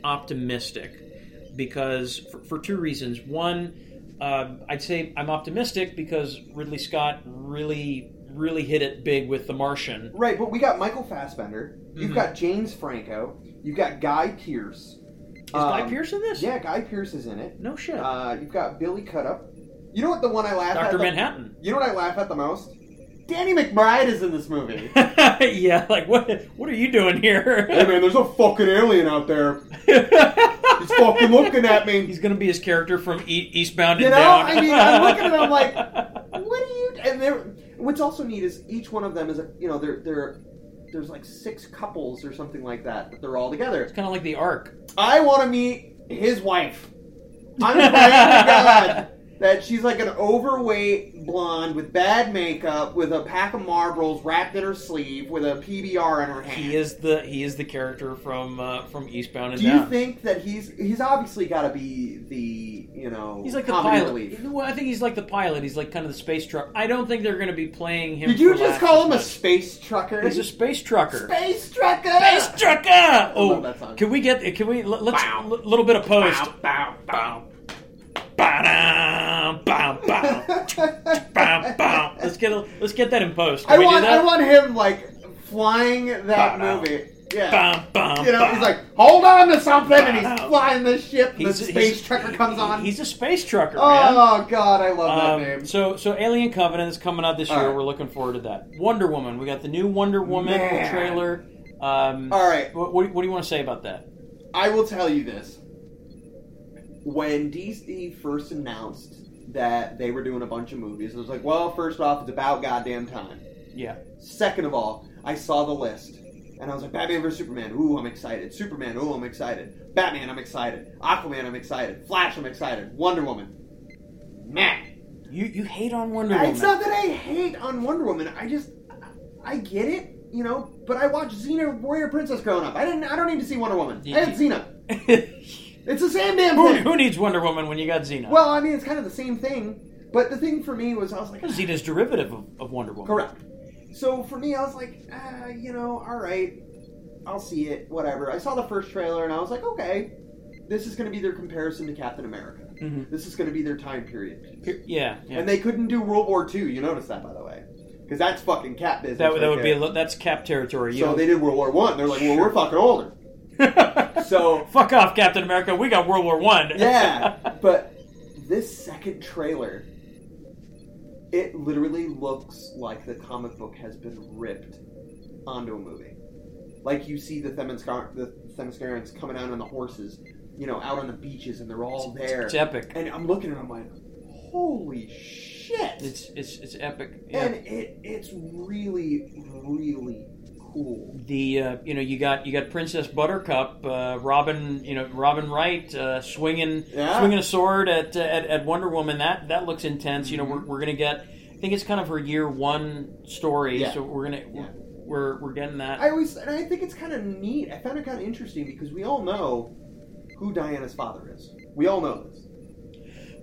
optimistic because for, for two reasons. One, uh, I'd say I'm optimistic because Ridley Scott really, really hit it big with The Martian.
Right, but we got Michael Fassbender. You've got James Franco. You've got Guy Pierce.
Is Guy Pearce in this?
Um, Yeah, Guy Pierce is in it.
No shit.
Uh, you've got Billy Cutup. You know what the one I laugh at?
Doctor
the-
Manhattan.
You know what I laugh at the most? Danny McBride is in this movie. hey
yeah, like what? What are you doing here?
man, there's a fucking alien out there. He's fucking looking at me.
He's gonna be his character from e- Eastbound
You
and
know,
Down.
I mean, I'm looking at them like, what are you? And they're what's also neat is each one of them is a you know they're they're there's like six couples or something like that that they're all together.
it's kind of like the Ark.
I want to meet his wife. I'm praying to God that she's like an overweight blonde with bad makeup, with a pack of Marlboros wrapped in her sleeve, with a PBR in her hand.
He is the he is the character from uh, from Eastbound and
Do you
Down.
think that he's he's obviously got to be the you know
He's like the
comedy
pilot.
relief.
Well, I think he's like the pilot. He's like kind of the space truck. I don't think they're going to be playing him.
Did you
for
just
laughs
call
as
him a
much.
space trucker?
He's a space trucker.
space trucker.
Space trucker.
love that
Oh,
song.
can we get? Can we? let- Let's
Bow.
l- little bit of post.
Bow, bow, bow.
Ba-dum, bow, bow, bow, bow. Let's get a, let's get that in post. Can
I
we
want
do that?
I want him like flying that
Bow, bow.
movie. Yeah.
Bow, bow,
you know,
bow.
he's like, hold on to something, and
Bow.
he's flying this ship. and the
He's-
space
he's-
trucker comes
he-
on.
He's a space trucker, man.
oh God, I love
Um,
that name.
So, so Alien Covenant is coming out this year.
Alright.
We're looking forward to that. Wonder Woman. We got the new Wonder Woman
Man.
trailer. Um,
All right,
What, what, what do you want to say about that?
I will tell you this. When DC first announced that they were doing a bunch of movies, it was like, well, first off, it's about goddamn time.
Yeah.
Second of all, I saw the list. And I was like, Batman vs. Superman, ooh, I'm excited. Superman, ooh, I'm excited. Batman, I'm excited. Aquaman, I'm excited. Flash, I'm excited. Wonder Woman. Meh.
You you hate on Wonder Woman.
It's not that I hate on Wonder Woman. I just, I get it, you know, but I watched Xena Warrior Princess growing up. I didn't, I don't need to see Wonder Woman. I had Xena. It's the same damn
who,
thing.
who needs Wonder Woman when you got Xena?
Well, I mean, it's kind of the same thing, but the thing for me was I was like,
Xena's derivative of, of Wonder Woman.
correct. So for me, I was like, ah, you know, all right, I'll see it, whatever. I saw the first trailer and I was like, okay, this is going to be their comparison to Captain America. This is going to be their time period.
Mm-hmm. Here- Yeah. yeah.
And they couldn't do World War II. You notice that, by the way, because that's fucking cat business.
that, would- that
right
would be a,
there.
lo- that's cap territory. You
So they did World War One. They're like, well, we're fucking older. so
fuck off, Captain America. We got World War One.
yeah, but this second trailer, it literally looks like the comic book has been ripped onto a movie. Like you see the Themyscir- the Themyscirans coming out on the horses, you know, out on the beaches, and they're all there.
it's epic.
And I'm looking and I'm like, holy shit!
It's it's it's epic. Yeah.
and it it's really really cool.
the uh, you know you got you got Princess Buttercup, uh, Robin you know Robin Wright uh, swinging
Yeah.
swinging a sword at, uh, at at Wonder Woman. That that looks intense. You know
Mm-hmm.
we're, we're gonna get. I think it's kind of her year one story,
Yeah.
so we're gonna
Yeah.
we're we're getting that.
I always and I think it's kind of neat. I found it kind of interesting because we all know who Diana's father is. We all know this.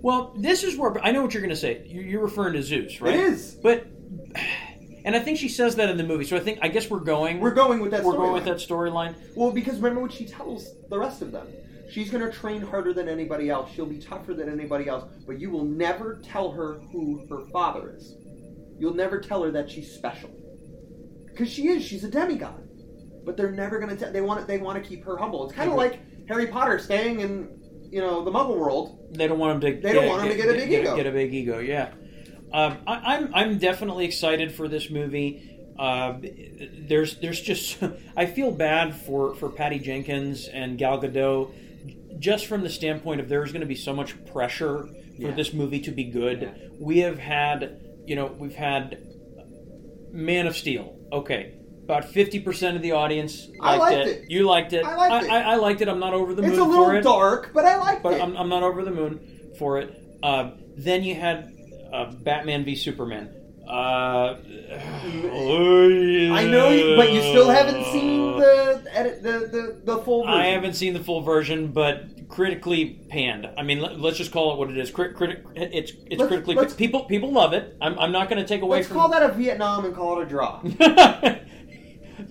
well, this is where I know what you're gonna say. You're, you're referring to Zeus, right?
is.
but. And I think she says that in the movie, so I think I guess we're going
We're going with that.
we're going with
storyline.
that storyline.
Well, because remember what she tells the rest of them. She's going to train harder than anybody else. She'll be tougher than anybody else. But you will never tell her who her father is. You'll never tell her that she's special, because she is. She's a demigod. But they're never going to. tell. They want. They want to keep her humble. It's
Mm-hmm.
kind of like Harry Potter staying in, you know, the Muggle world.
They don't want him to.
They don't want him to get a big
get,
ego.
Get a big ego, yeah. Um, I, I'm I'm definitely excited for this movie. Uh, there's there's just I feel bad for for Patty Jenkins and Gal Gadot, just from the standpoint of there's going to be so much pressure for this movie to be good.
Yeah.
We have had you know we've had Man of Steel. Okay. About fifty percent of the audience liked,
I liked it.
You liked it.
I liked it.
I, I liked it. I'm not over the
It's
moon
a
for
little
it
dark, but I like
but
it.
I'm, I'm not over the moon for it. Uh, then you had uh, Batman v Superman. Uh,
I
I
know, you, but you still haven't seen the edit, the, the the full version.
Uh, I haven't seen the full version, but critically panned. I mean, let, us just call it what it is. Crit, critic, it's it's
Let's-
critically
let's-
people people love it. I'm, I'm not going to take away
Let's
from
call that a Vietnam and call it a draw.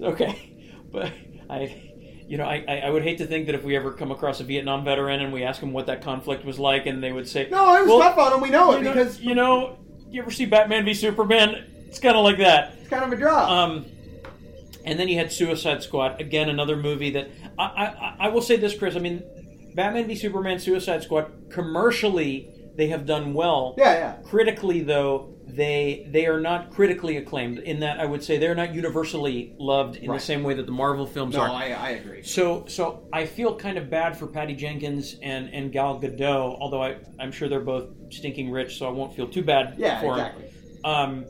okay, but I, you know, I, I- I would hate to think that if we ever come across a Vietnam veteran and we ask them what that conflict was like, and they would say,
No, it was
"Well,
tough on him. We know it
you know,
because
you know, you ever see Batman v Superman? It's kind of like that.
it's kind of a draw.
Um, and then you had Suicide Squad again, another movie that I, I, I will say this, Chris. I mean, Batman v Superman, Suicide Squad commercially they have done well.
Yeah, yeah.
Critically, though, they they are not critically acclaimed. In that, I would say they're not universally loved in
Right.
the same way that the Marvel films
No,
are.
I, I agree.
So, so I feel kind of bad for Patty Jenkins and, and Gal Gadot, although I, I'm sure they're both stinking rich, so I won't feel too bad
Yeah,
for 'em.
exactly.
Um,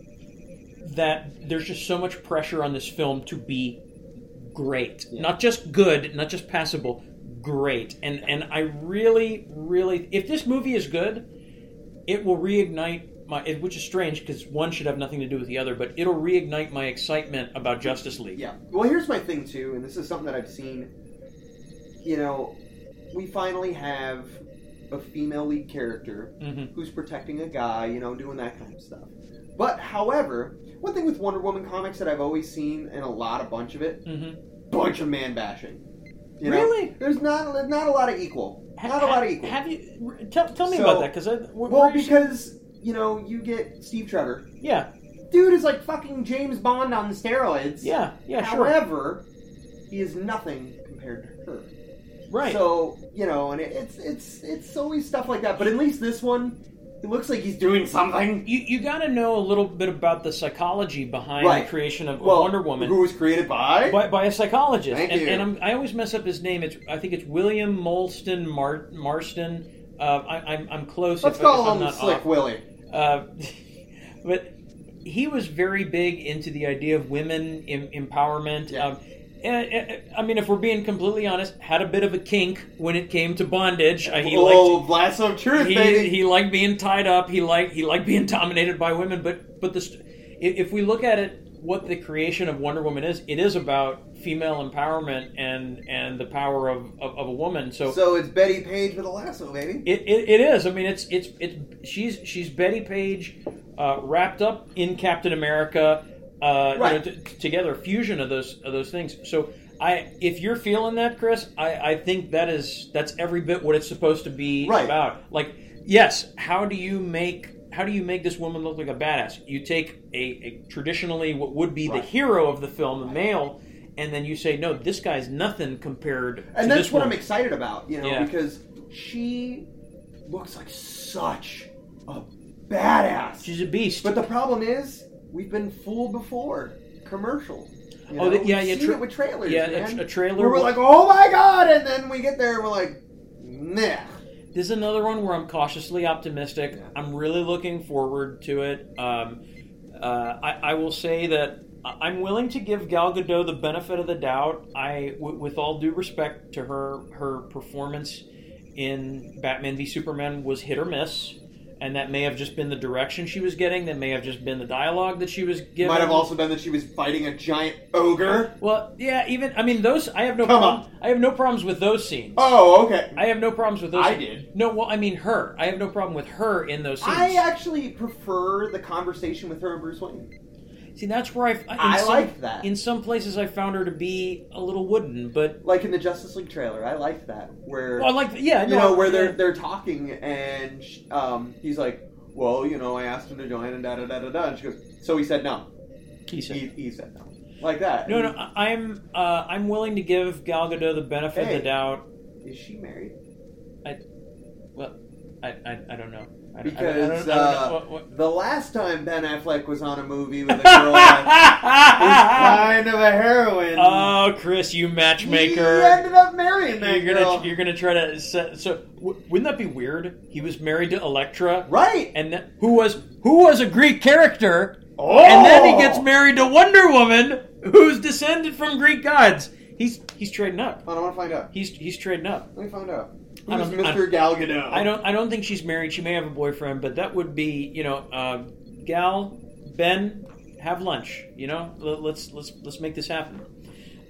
that there's just so much pressure on this film to be great, not just good, not just passable, great. And and I really, really, if this movie is good, it will reignite my, it- which is strange because one should have nothing to do with the other, but it'll reignite my excitement about Justice League.
Yeah. Well, here's my thing too, and this is something that I've seen. You know, we finally have a female lead character
Mhm.
who's protecting a guy. You know, doing that kind of stuff. But however, one thing with Wonder Woman comics that I've always seen and a lot, a bunch of it,
hmm
bunch of man bashing. You
Really?
Know? There's not not a lot of equal.
Ha-
Not a lot of
ha-
equal.
Have you r- tell, tell me
So-
about that? Because
well, because you know, you get Steve Trevor.
yeah,
Dude is like fucking James Bond on steroids.
yeah, yeah, sure,
However, he is nothing compared to her.
right.
So you know, and it, it's it's it's always stuff like that. But at least this one, it looks like he's doing something.
you you got to know a little bit about the psychology behind
Right.
the creation of
Well,
Wonder Woman.
who was created by.
by, by a psychologist,
Thank
and,
you.
and I'm, I always mess up his name. It's I think it's William Molston Mar- Marston. Uh, I, I'm I'm close.
Let's
if I- if
call
I'm
him
not
Slick
off.
Willie.
Uh, but he was very big into the idea of women em- empowerment.
Yeah.
Um, and- and- I mean, if we're being completely honest, had a bit of a kink when it came to bondage. Uh, he
oh,
liked
blast of truth,
he,
baby.
he liked being tied up. He liked he liked being dominated by women. But but this, if we look at it, what the creation of Wonder Woman is, it is about female empowerment and and the power of, of, of a woman.
so it's Betty Page with a lasso, baby.
It, it, it is. I mean, it's it's it's she's she's Betty Page, uh, wrapped up in Captain America, uh, you know,
Right.
t- t- together fusion of those of those things. So I, if you're feeling that, Chris, I, I think that is that's every bit what it's supposed to be
Right.
about. Like, yes, how do you make how do you make this woman look like a badass? You take a, a traditionally what would be
Right.
the hero of the film, the male. And then you say, no, this guy's nothing compared to
and that's
this
what
woman.
I'm excited about, you know,
Yeah.
because she looks like such a badass.
She's a beast.
But the problem is, we've been fooled before. Commercial. You
Oh,
know?
the- yeah,
We've
yeah,
seen
tra-
it with trailers.
yeah, a
man.
tra- a trailer
Where we're
will-
like, oh my god, and then we get there and we're like, nah.
This is another one where I'm cautiously optimistic.
Yeah.
I'm really looking forward to it. Um, uh, I, I will say that I- I'm willing to give Gal Gadot the benefit of the doubt. I, w- with all due respect to her, her performance in Batman v Superman was hit or miss, and that may have just been the direction she was getting. That may have just been the dialogue that she was giving.
Might have also been that she was fighting a giant ogre.
Well, yeah, even I mean those. I have no
Come
problem.
on.
I have no problems with those scenes.
Oh, okay.
I have no problems with those.
I
scenes.
did.
No, well, I mean her. I have no problem with her in those scenes.
I actually prefer the conversation with her and Bruce Wayne.
See, that's where I. In
I
some,
like that.
In some places, I found her to be a little wooden, but
Like in the Justice League trailer, I liked that. Where
well, I like. Yeah,
you know where
they're
they're they're talking and sh- um, he's like, well, you know, I asked him to join and da da da da da. And she goes, so he said no.
He said-
He, he said no. Like that.
No, no, I- I'm uh, I'm willing to give Gal Gadot the benefit
Hey.
of the doubt.
Is she married?
Well, I I, I don't know. I don't, I don't- I don't- I don't
Because
know
uh,
what- what-
the last time Ben Affleck was on a movie with a girl that was kind of a heroine,
Oh, Chris, you
he
matchmaker.
ended up marrying that
You're
girl.
gonna you're gonna try to set, so w- wouldn't that be weird? He was married to Elektra,
right.
and th- who was who was a Greek character,
Oh!
and then he gets married to Wonder Woman, who's descended from Greek gods. He's he's trading up.
Hold on, I want to find out.
He's he's trading up.
Let me find out.
I
Who's
don't- I-
Mr. Gal Gadot?
I don't I don't think she's married. She may have a boyfriend, but that would be you know, uh, Gal, Ben, have lunch. You know, Let- let's let's let's make this happen.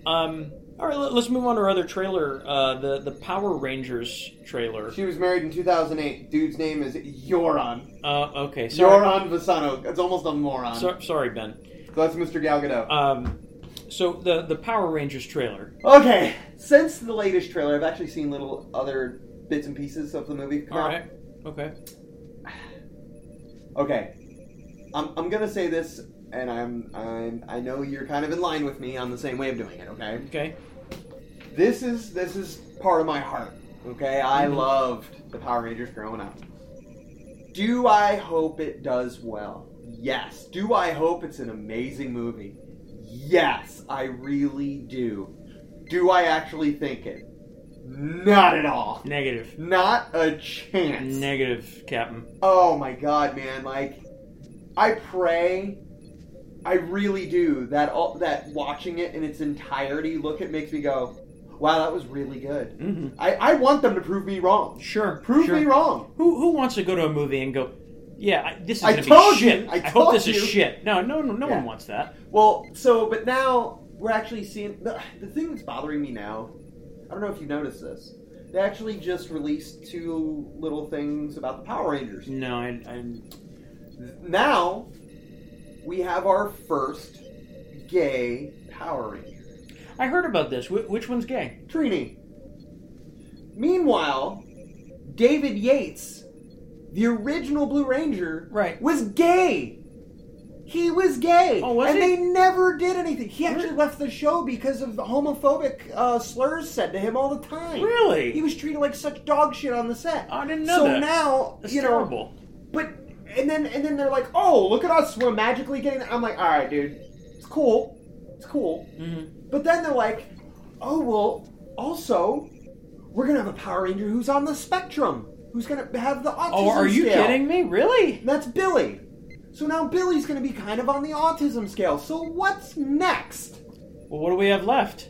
Um, all right, let- let's move on to our other trailer, uh, the the Power Rangers trailer.
She was married in 2008. Dude's name is Yoron.
Uh, okay, sorry,
Yoron Visano. It's almost a moron.
so, sorry, Ben.
So that's Mr. Gal Gadot.
Um, so the the Power Rangers trailer.
okay, since the latest trailer, I've actually seen little other bits and pieces of the movie. come
All
out.
right, okay.
Okay, I'm, I'm gonna say this, and I'm, I'm I know you're kind of in line with me on the same way of doing it. Okay,
Okay.
this is this is part of my heart. Okay, I loved the Power Rangers growing up. Do I hope it does well? Yes. Do I hope it's an amazing movie? Yes, I really do. Do I actually think it? Not at all.
Negative.
Not a chance.
Negative, Captain.
Oh my god, man! Like, I pray, I really do that. All that watching it in its entirety, look, it makes me go, "Wow, that was really good."
Mhm.
I, I want them to prove me wrong.
Sure.
Mm-hmm. Prove
sure.
me wrong.
Who who wants to go to a movie and go, yeah, I, this is
I
gonna
told
be
you.
shit.
I
hope
told
this
you."
is shit. No, no, no, no
Yeah.
one wants that.
Well, so but now we're actually seeing the, the thing that's bothering me now. I don't know if you noticed this. They actually just released two little things about the Power Rangers.
No, I, I
Now we have our first gay Power Ranger.
I heard about this. Wh- which one's gay?
Trini. Meanwhile, David Yates, the original Blue Ranger,
Right.
was gay. He was gay,
Oh, was
and
he?
they never did anything. He actually left the show because of the homophobic uh, slurs said to him all the time.
Really?
He was treated like such dog shit on the set.
I didn't know
so
that.
now,
That's
you know,
terrible.
but and then and then they're like, "Oh, look at us! We're magically getting." I'm like, "All right, dude, it's cool, it's cool."
Mm-hmm.
But then they're like, "Oh well, also, we're gonna have a Power Ranger who's on the spectrum, who's gonna have the autism."
Oh, are you
scale.
kidding me? Really?
That's Billy. So now Billy's gonna be kind of on the autism scale. So what's next?
Well, what do we have left?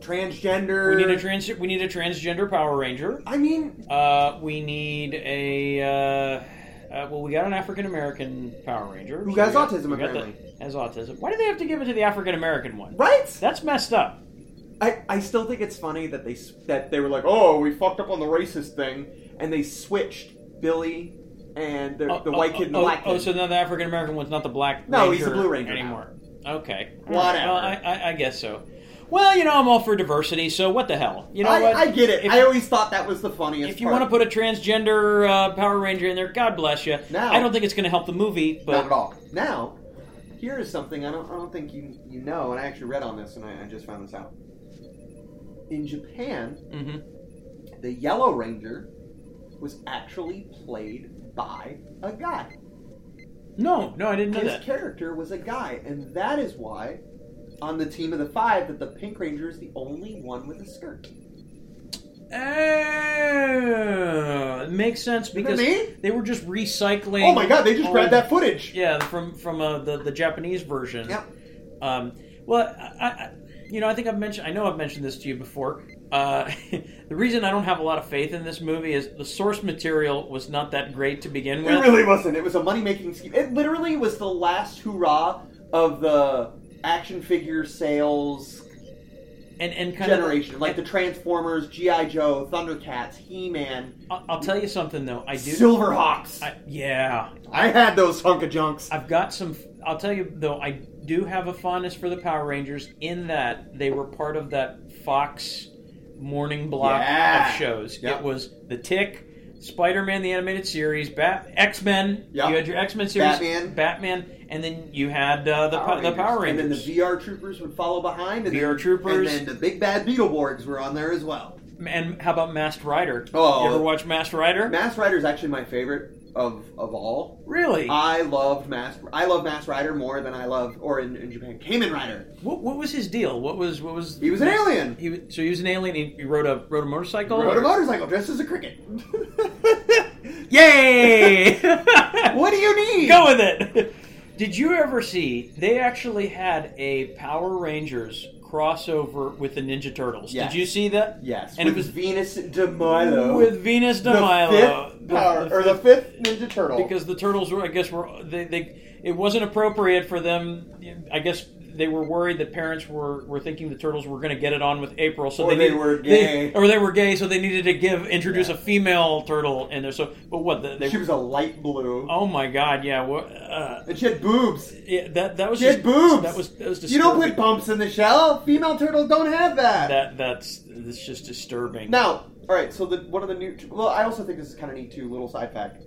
Transgender.
We need a trans. We need a transgender Power Ranger.
I mean,
Uh, we need a. Uh, uh, well, we got an African American Power Ranger
Who
so
has
we got-
autism,
we got the-
apparently.
has autism. Why do they have to give it to the African American one?
right?
That's messed up.
I, I still think it's funny that they s- that they were like, oh, we fucked up on the racist thing, and they switched Billy and the, the white kid and the
oh,
black kid.
oh, so now the African American one's not the black.
No, he's the
Ranger
Blue Ranger now.
anymore. Okay, All
Whatever.
Well, I, I, I guess so. Well, you know, I'm all for diversity, so what the hell? You know
I,
what?
I get it.
If-
I always thought that was the funniest.
If you want to put a transgender uh, Power Ranger in there, God bless you.
No.
I don't think it's going to help the movie,
not at
but
all. Now, here is something I don't I don't think you you know, and I actually read on this, and I, I just found this out. In Japan,
Mhm.
the Yellow Ranger was actually played by a guy.
no, no, I didn't know
His
that.
character was a guy, and that is why, on the team of the five, that the Pink Ranger is the only one with a skirt.
Oh, it makes sense because
me?
they were just recycling.
Oh my god, they just
all-
grabbed that footage!
Yeah, from from uh, the the Japanese version.
Yep.
Um, well, I, I, you know, I think I've mentioned. I know I've mentioned this to you before. Uh, the reason I don't have a lot of faith in this movie is the source material was not that great to begin
It
with.
really wasn't. It was a money making scheme. It literally was the last hurrah of the action figure sales
and and kind
generation.
of
Like the Transformers, G.I. Joe, Thundercats, He Man,
I'll, I'll tell you something though. I do.
Silverhawks. I,
I, yeah,
had those hunk of junks.
I've got some. I'll tell you though, I do have a fondness for the Power Rangers in that they were part of that Fox morning block
Yeah.
of shows.
Yep.
It was The Tick, Spider Man the animated series, Bat X Men.
Yep.
You had your X Men series,
Batman.
Batman, and then you had uh, the Power, the Power Rangers.
And then the VR Troopers would follow behind. And
VR
then,
Troopers.
And then the Big Bad Beetleborgs were on there as well.
and how about Masked Rider?
Oh.
you ever watch Masked Rider?
Mass Rider is actually my favorite of of all.
really?
I loved Mass. I love Mass Rider more than I love, or in, in Japan, Kamen Rider.
what, what was his deal? What was what was
He was an alien.
He was, so he was an alien. He, he rode a rode a motorcycle.
Rode a
or-
motorcycle dressed as a cricket.
Yay!
what do you need?
Go with it. Did you ever see? They actually had a Power Rangers crossover with the Ninja Turtles.
Yes.
Did you see that?
Yes,
And it
with
was-
Venus de Milo.
With Venus de
the
Milo.
fifth power, or the fifth Ninja Turtle.
because the turtles were, I guess, were they, they? It wasn't appropriate for them. I guess they were worried that parents were, were thinking the turtles were going to get it on with April, so
Or they were
they-
gay.
or they were gay, so they needed to give introduce
Yeah.
a female turtle in there. So, but what? The, they,
she was a light blue,
oh my god, yeah, wha- uh,
and she had boobs.
yeah, that that was
She had
just-
boobs.
That was that was
You don't
disturbing.
put bumps in the shell. Female turtles don't have that.
that. That's that's just disturbing.
Now, all right. So the one of the new. Well, I also think this is kind of neat too. Little side fact.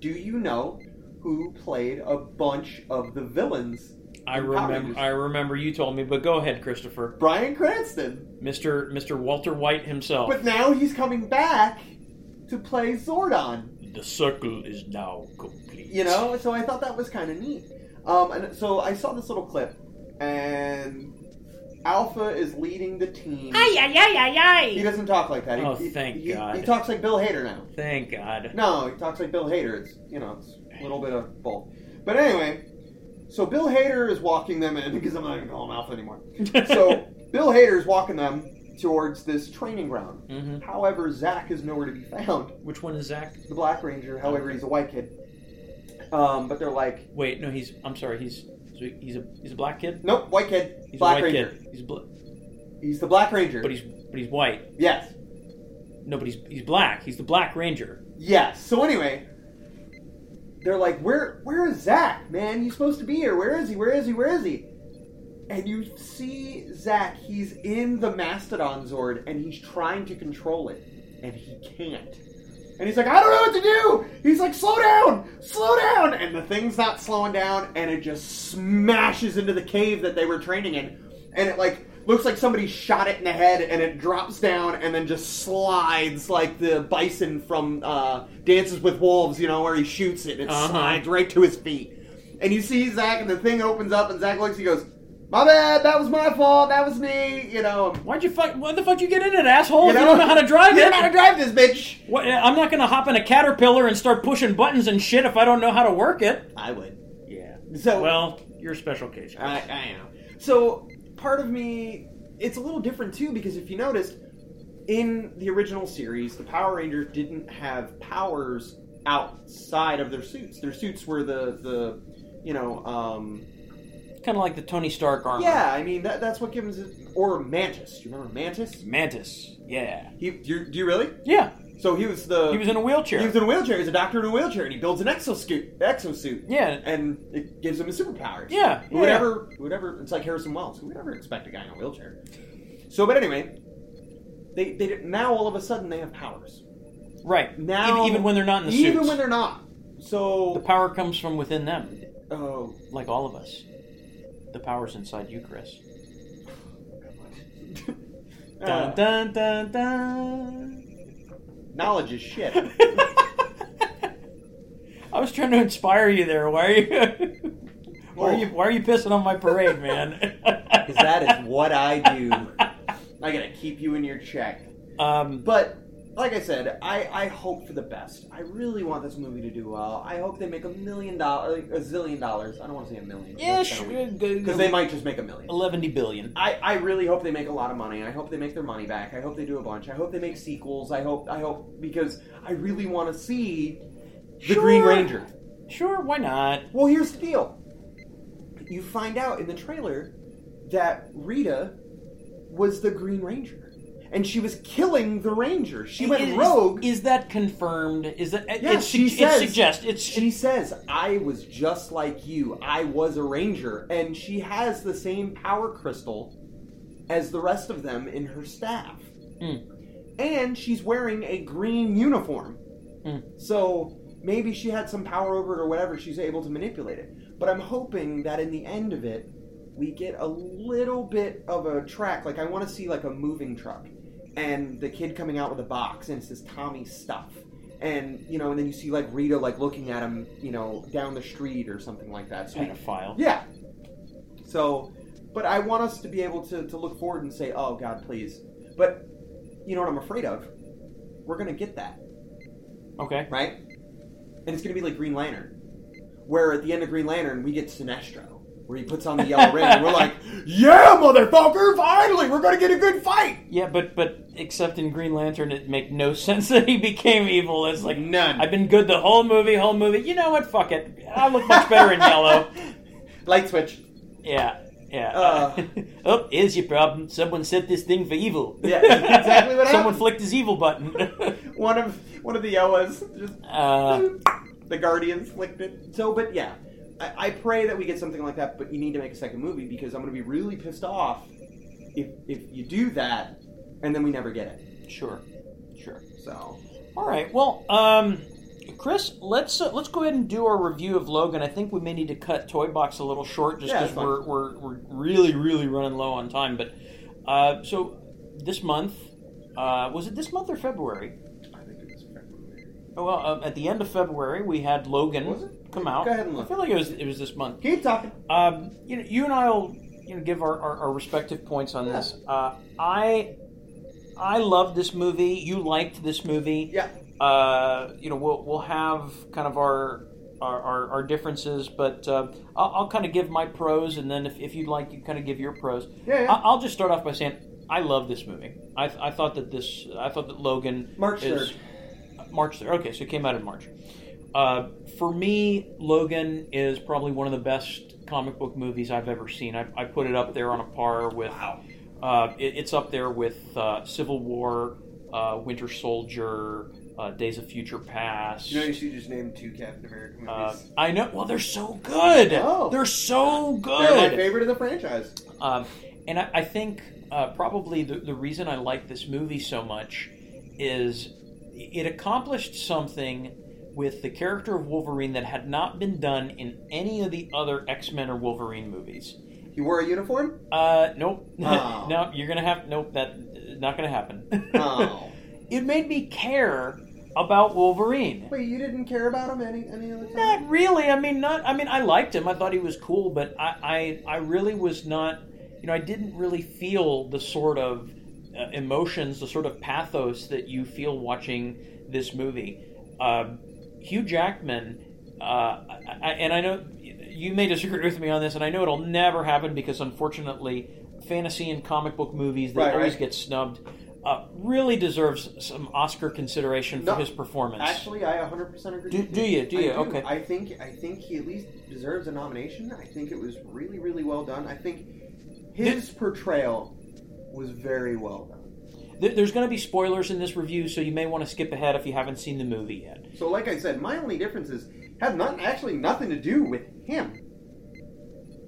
Do you know who played a bunch of the villains?
I
in Power
remember.
Rangers?
I remember you told me, but go ahead, Christopher,
Brian Cranston,
Mister Mister Walter White himself.
but now he's coming back to play Zordon.
The circle is now complete.
you know so i thought that was kind of neat um, and so i saw this little clip and alpha is leading the team
Ay, ay, ay, ay, ay.
he doesn't talk like that he,
Oh,
he-
thank
he-
God.
he talks like bill hader now
Thank God.
no he talks like bill hader it's you know it's a little bit of both but anyway so bill hader is walking them in because i'm not even calling alpha anymore so bill hader is walking them towards this training ground
Mhm.
however zach is nowhere to be found
Which one is Zach?
the black ranger however he's a white kid um, but they're like
Wait, no, he's. I'm sorry, he's. so He's a he's a black kid.
Nope, white kid,
He's
black
a white
ranger.
kid. He's bl-
He's the black ranger.
but he's but he's white.
yes,
No, but he's he's black. He's the black ranger.
yes. So anyway, they're like, where, where is Zach, man? He's supposed to be here. Where is he? Where is he? Where is he? And you see Zach. He's in the mastodon zord, and he's trying to control it, and he can't. And he's like, I don't know what to do. He's like, slow down, slow down. And the thing's not slowing down, and it just smashes into the cave that they were training in. And it like looks like somebody shot it in the head, and it drops down, and then just slides like the bison from uh, Dances with Wolves, you know, where he shoots it, and it
Uh-huh.
slides right to his feet. And you see Zach, and the thing opens up, and Zach looks, he goes, "My bad, that was my fault, that was me," you know.
Why'd you fuck? Why the fuck you get in it, asshole?
You
You, don't know how to drive
You
it.
don't know how to drive this bitch.
What, I'm not gonna hop in a caterpillar and start pushing buttons and shit if I don't know how to work it.
I would.
Yeah.
So
Well, you're a special case.
I, I know. So part of me, it's a little different too because if you noticed, in the original series, the Power Rangers didn't have powers outside of their suits. Their suits were the the you know um
Kind of like the Tony Stark armor.
yeah i mean that, that's what gives it or mantis do you remember mantis
Mantis. Yeah.
he you, do you really
Yeah.
so he was the
He was in a wheelchair.
he was in a wheelchair he's a doctor in a wheelchair and he builds an exosuit exosuit
yeah.
and it gives him his superpowers.
Yeah,
Who would ever, who would ever, it's like Harrison Wells. Who would ever expect a guy in a wheelchair? So, but anyway, they, they did- now all of a sudden they have powers.
Right.
Now,
even, even when they're not in the
even
suits.
when they're not.
the
So,
power comes from within them,
oh,
like all of us. The power's inside you, Chris. Dun
uh,
dun dun dun.
knowledge is shit.
I was trying to inspire you there. Why are you? why are you? Why are you pissing on my parade, man?
Because that is what I do. I gotta keep you in your check.
um,
But like I said, I, I hope for the best. I really want this movie to do well. I hope they make a million dollars, a zillion dollars. I don't want to say a million.
yeah, sure.
Because they might just make a million.
eleven billion.
I, I really hope they make a lot of money. I hope they make their money back. I hope they do a bunch. I hope they make sequels. I hope I hope because I really want to see the
Sure.
Green Ranger.
Sure, why not?
Well, here's the deal. You find out in the trailer that Rita was the Green Ranger, and she was killing the Ranger. She went
Is-
rogue.
Is that confirmed? Is that? it-
Yeah,
it's,
she
she
says-
It suggests it's.
she says, "I was just like you. I was a ranger," and she has the same power crystal as the rest of them in her staff.
Hmm.
And she's wearing a green uniform.
Hmm.
So maybe she had some power over it or whatever. She's able to manipulate it. But I'm hoping that in the end of it, we get a little bit of a track. Like I want to see like a moving truck, and the kid coming out with a box, and it says Tommy stuff. And you know, and then you see like Rita like looking at him, you know, down the street or something like that. So we-
kind of file.
yeah. So, but I want us to be able to, to look forward and say, oh, God, please. But you know what I'm afraid of? We're going to get that,
Okay.
right? And it's going to be like Green Lantern, where at the end of Green Lantern, we get Sinestro, where he puts on the yellow ring, and we're like, yeah, motherfucker, finally, we're going to get a good fight.
Yeah, but but except in Green Lantern, it make no sense that he became evil. It's like
None.
I've been good the whole movie, whole movie. You know what? Fuck it. I look much better in yellow.
Light switch.
Yeah. Yeah.
Uh.
oh, here's your problem. Someone set this thing for evil.
Yeah, exactly what
Someone
happened.
flicked his evil button.
One of one of the Yoas just
uh,
the Guardians flicked it. So, but yeah, I, I pray that we get something like that. But you need to make a second movie because I'm going to be really pissed off if if you do that and then we never get it.
sure. Sure.
So,
All right. Well, um, Chris, let's uh, let's go ahead and do our review of Logan. I think we may need to cut Toy Box a little short just
Yeah,
because
that's fine.
we're, we're we're really really running low on time. But uh, so this month uh, was it this month or February?
I think it was February.
Well, uh, at the end of February, we had
Was
Logan
it?
come out.
Go ahead and look.
I feel like it was it was this month.
Keep talking.
Um, you know, you and I will you know give our, our, our respective points on this. Uh, I I loved this movie. You liked this movie.
Yeah.
Uh, you know, we'll we'll have kind of our. Our, our, our differences, but uh, I'll, I'll kind of give my pros, and then if, if you'd like, you kind of give your pros.
Yeah, yeah.
I, I'll just start off by saying I love this movie. I, I thought that this I thought that Logan
March
is-
3rd.
March 3rd. Okay, so it came out in March. Uh, for me, Logan is probably one of the best comic book movies I've ever seen. I, I put it up there on a par with. Uh, it, it's up there with uh, Civil War, uh, Winter Soldier, uh, Days of Future Past.
You know, you should just name two Captain America movies.
uh, I know. Well, they're so good.
Oh.
They're so good.
They're my favorite of the franchise.
Um, and I, I think uh, probably the, the reason I like this movie so much is it accomplished something with the character of Wolverine that had not been done in any of the other X Men or Wolverine movies.
He wore a uniform?
Uh, nope.
Oh.
no, you're gonna have nope. That not gonna happen.
Oh.
It made me care about Wolverine.
Wait, you didn't care about him any any other time?
Not really. I mean, not. I mean, I liked him. I thought he was cool, but I, I, I really was not. You know, I didn't really feel the sort of uh, emotions, the sort of pathos that you feel watching this movie. Uh, Hugh Jackman, uh, I, I- and I know you may disagree with me on this, and I know it'll never happen because unfortunately, fantasy and comic book movies they
Right,
always
right.
get snubbed. Uh, really deserves some Oscar consideration for
No,
his performance.
Actually, I 100% agree.
Do-
with
do you? Do
I
you? Okay.
I think I think he at least deserves a nomination. I think it was really really well done. I think his portrayal was very well done.
There- There's going to be spoilers in this review, so you may want to skip ahead if you haven't seen the movie yet.
So like I said, my only difference is had not actually nothing to do with him.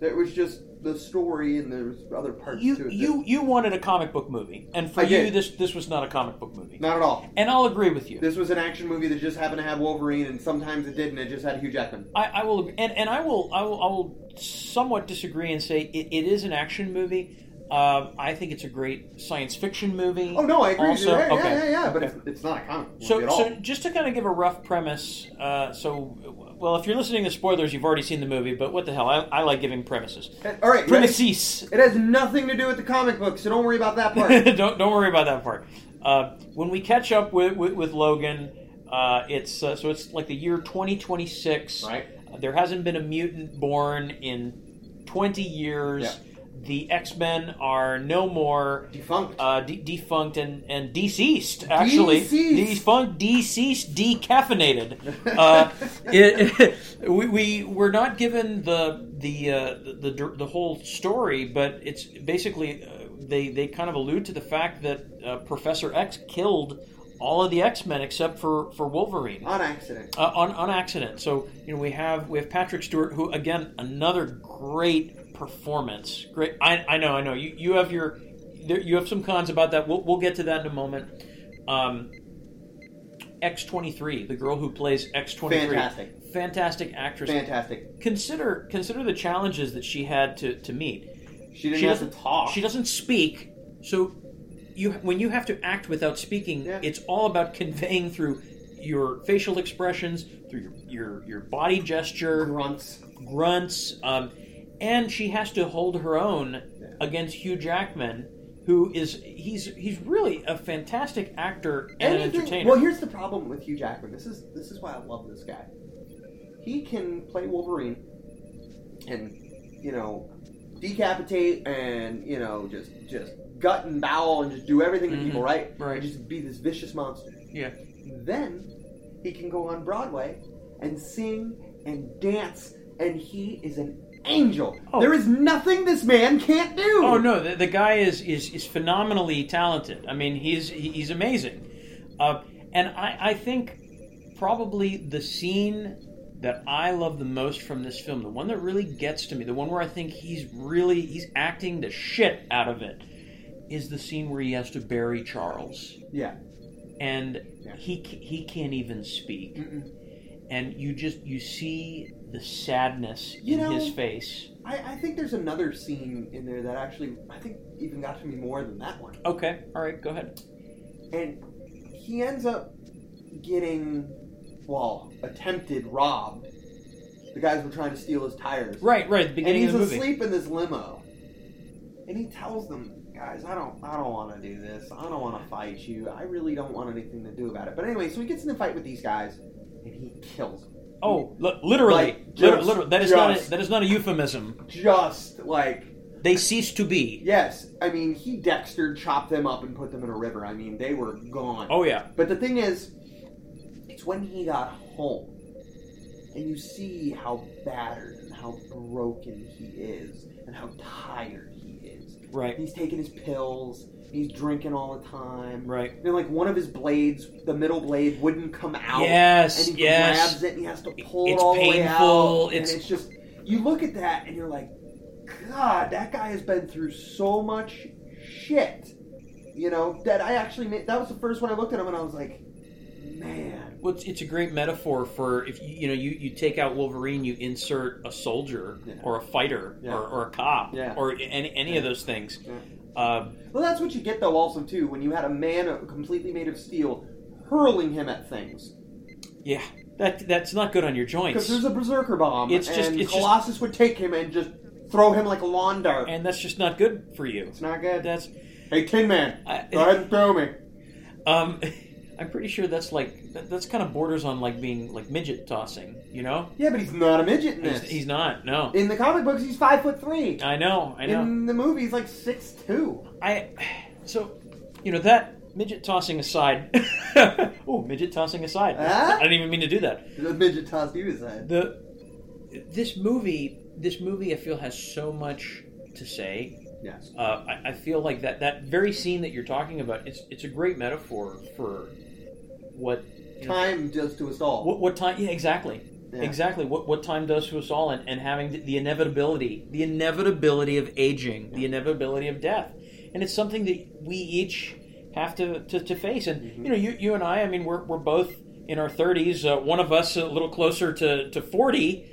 It was just the story and there's other parts to
You
it. that-
you you wanted a comic book movie, and for
I
you
did.
this this was not a comic book movie.
not at all.
And I'll agree with you.
This was an action movie that just happened to have Wolverine, and sometimes it didn't. It just had Hugh Jackman.
I, I will, and, and I will, I will, I will somewhat disagree and say it, it is an action movie. Um, I think it's a great science fiction movie.
Oh no, I agree.
Also,
with you. Yeah,
okay.
yeah, yeah, yeah. But
Okay.
it's, it's not a comic movie
So,
at all.
so just to kind of give a rough premise, uh, so well, if you're listening to spoilers, you've already seen the movie, but what the hell? I, I like giving premises.
all right, ready?
Premises.
It has nothing to do with the comic book, so don't worry about that part.
don't don't worry about that part. Uh, when we catch up with with, with Logan, uh, it's uh, so it's like the year 2026.
Right.
Uh, there hasn't been a mutant born in 20 years.
Yeah.
The X Men are no more.
Defunct.
Uh, de- defunct and, and deceased, actually.
Deceased.
Defunct, deceased, decaffeinated. Uh, it, we, we were not given the the, uh, the the the whole story, but it's basically uh, they they kind of allude to the fact that uh, Professor X killed all of the X Men except for for Wolverine
On accident.
uh, on on accident. So you know we have we have Patrick Stewart, who again another great performance. Great, I, I know, I know. You you have your there, you have some cons about that. We'll, we'll get to that in a moment. Um, X twenty three, the girl who plays X twenty three,
Fantastic.
fantastic actress.
Fantastic.
Consider consider the challenges that she had to to meet.
She didn't
She
have to
doesn't-
talk.
She doesn't speak, so you when you have to act without speaking,
Yeah.
it's all about conveying through your facial expressions, through your your, your body gesture,
grunts.
grunts, um, and she has to hold her own against Hugh Jackman, who is he's he's really a fantastic actor and an
Anything.
entertainer.
Well, here's the problem with Hugh Jackman. This is this is why I love this guy. He can play Wolverine, and you know, decapitate and you know just just gut and bowel and just do everything to people, right?
Mm-hmm. Right.
Just be this vicious monster.
yeah,
Then he can go on Broadway and sing and dance, and he is an angel.
Oh.
There is nothing this man can't do.
Oh no, the, the guy is, is is phenomenally talented. I mean, he's he- he's amazing, uh, and I, I think probably the scene that I love the most from this film, the one that really gets to me, the one where I think he's really he's acting the shit out of it, is the scene where he has to bury Charles,
Yeah.
and
Yeah.
he ca- he can't even speak, and you just you see the sadness
You
in
know-
his face.
I, I think there's another scene in there that actually I think even got to me more than that one.
Okay, all right, go ahead.
And he ends up getting well, attempted rob. The guys were trying to steal his tires.
Right, right. The
And
beginning
he's
of the movie.
asleep in this limo. And he tells them, guys, I don't I don't want to do this. I don't want to fight you. I really don't want anything to do about it. But anyway, so he gets in a fight with these guys and he kills them.
Oh, li- literally,
Like,
Lit-
just-
literally. That is not a,
just-
that is not a euphemism.
Just like
They cease to be.
yes, I mean he Dexter chopped them up and put them in a river. I mean they were gone.
Oh yeah.
But the thing is, it's when he got home, and you see how battered and how broken he is, and how tired he is.
Right.
He's taking his pills. He's drinking all the time.
Right.
And like one of his blades, the middle blade, wouldn't come out.
Yes,
And he
yes.
grabs it and he has to pull
It's
it all the way
painful,
out. and
it's-
it's just you look at that and you're like, God, that guy has been through so much shit. You know that I actually made, that was the first one I looked at him and I was like, man,
Well, it's, it's a great metaphor for if you, you know you, you take out Wolverine, you insert a soldier
Yeah.
or a fighter
Yeah.
or, or a cop
Yeah.
or any any of those things.
Yeah.
Uh,
Well, that's what you get though. Also, too, when you had a man uh, completely made of steel hurling him at things.
yeah, that that's not good on your joints.
Because there's a berserker bomb.
It's
It's
just-
just and
it's just-
Colossus would take him and just throw him like a lawn dart.
and that's just not good for you.
it's not good.
That's
hey, Tin Man,
I-
go ahead and throw me.
um, I'm pretty sure that's like that, that's kind of borders on like being like midget tossing. You know,
Yeah, but he's not a midget in
he's,
this.
he's not. No,
in the comic books. He's five foot three.
I know. I know.
In the movie, he's like six two.
I so you know that midget tossing aside. oh, midget tossing aside.
Huh?
I didn't even mean to do that.
The midget tossed you his head.
The this movie, this movie, I feel has so much to say.
Yes.
Uh, I, I feel like that that very scene that you're talking about, it's it's a great metaphor for what you know,
Time does to us all.
what, what time? Yeah, exactly.
Yeah.
Exactly. What what time does to us all, and, and having the, the inevitability, the inevitability of aging, the inevitability of death, and it's something that we each have to to, to face. And
Mm-hmm.
you know, you you and I, I mean, we're we're both in our thirties. Uh, one of us a little closer to to forty,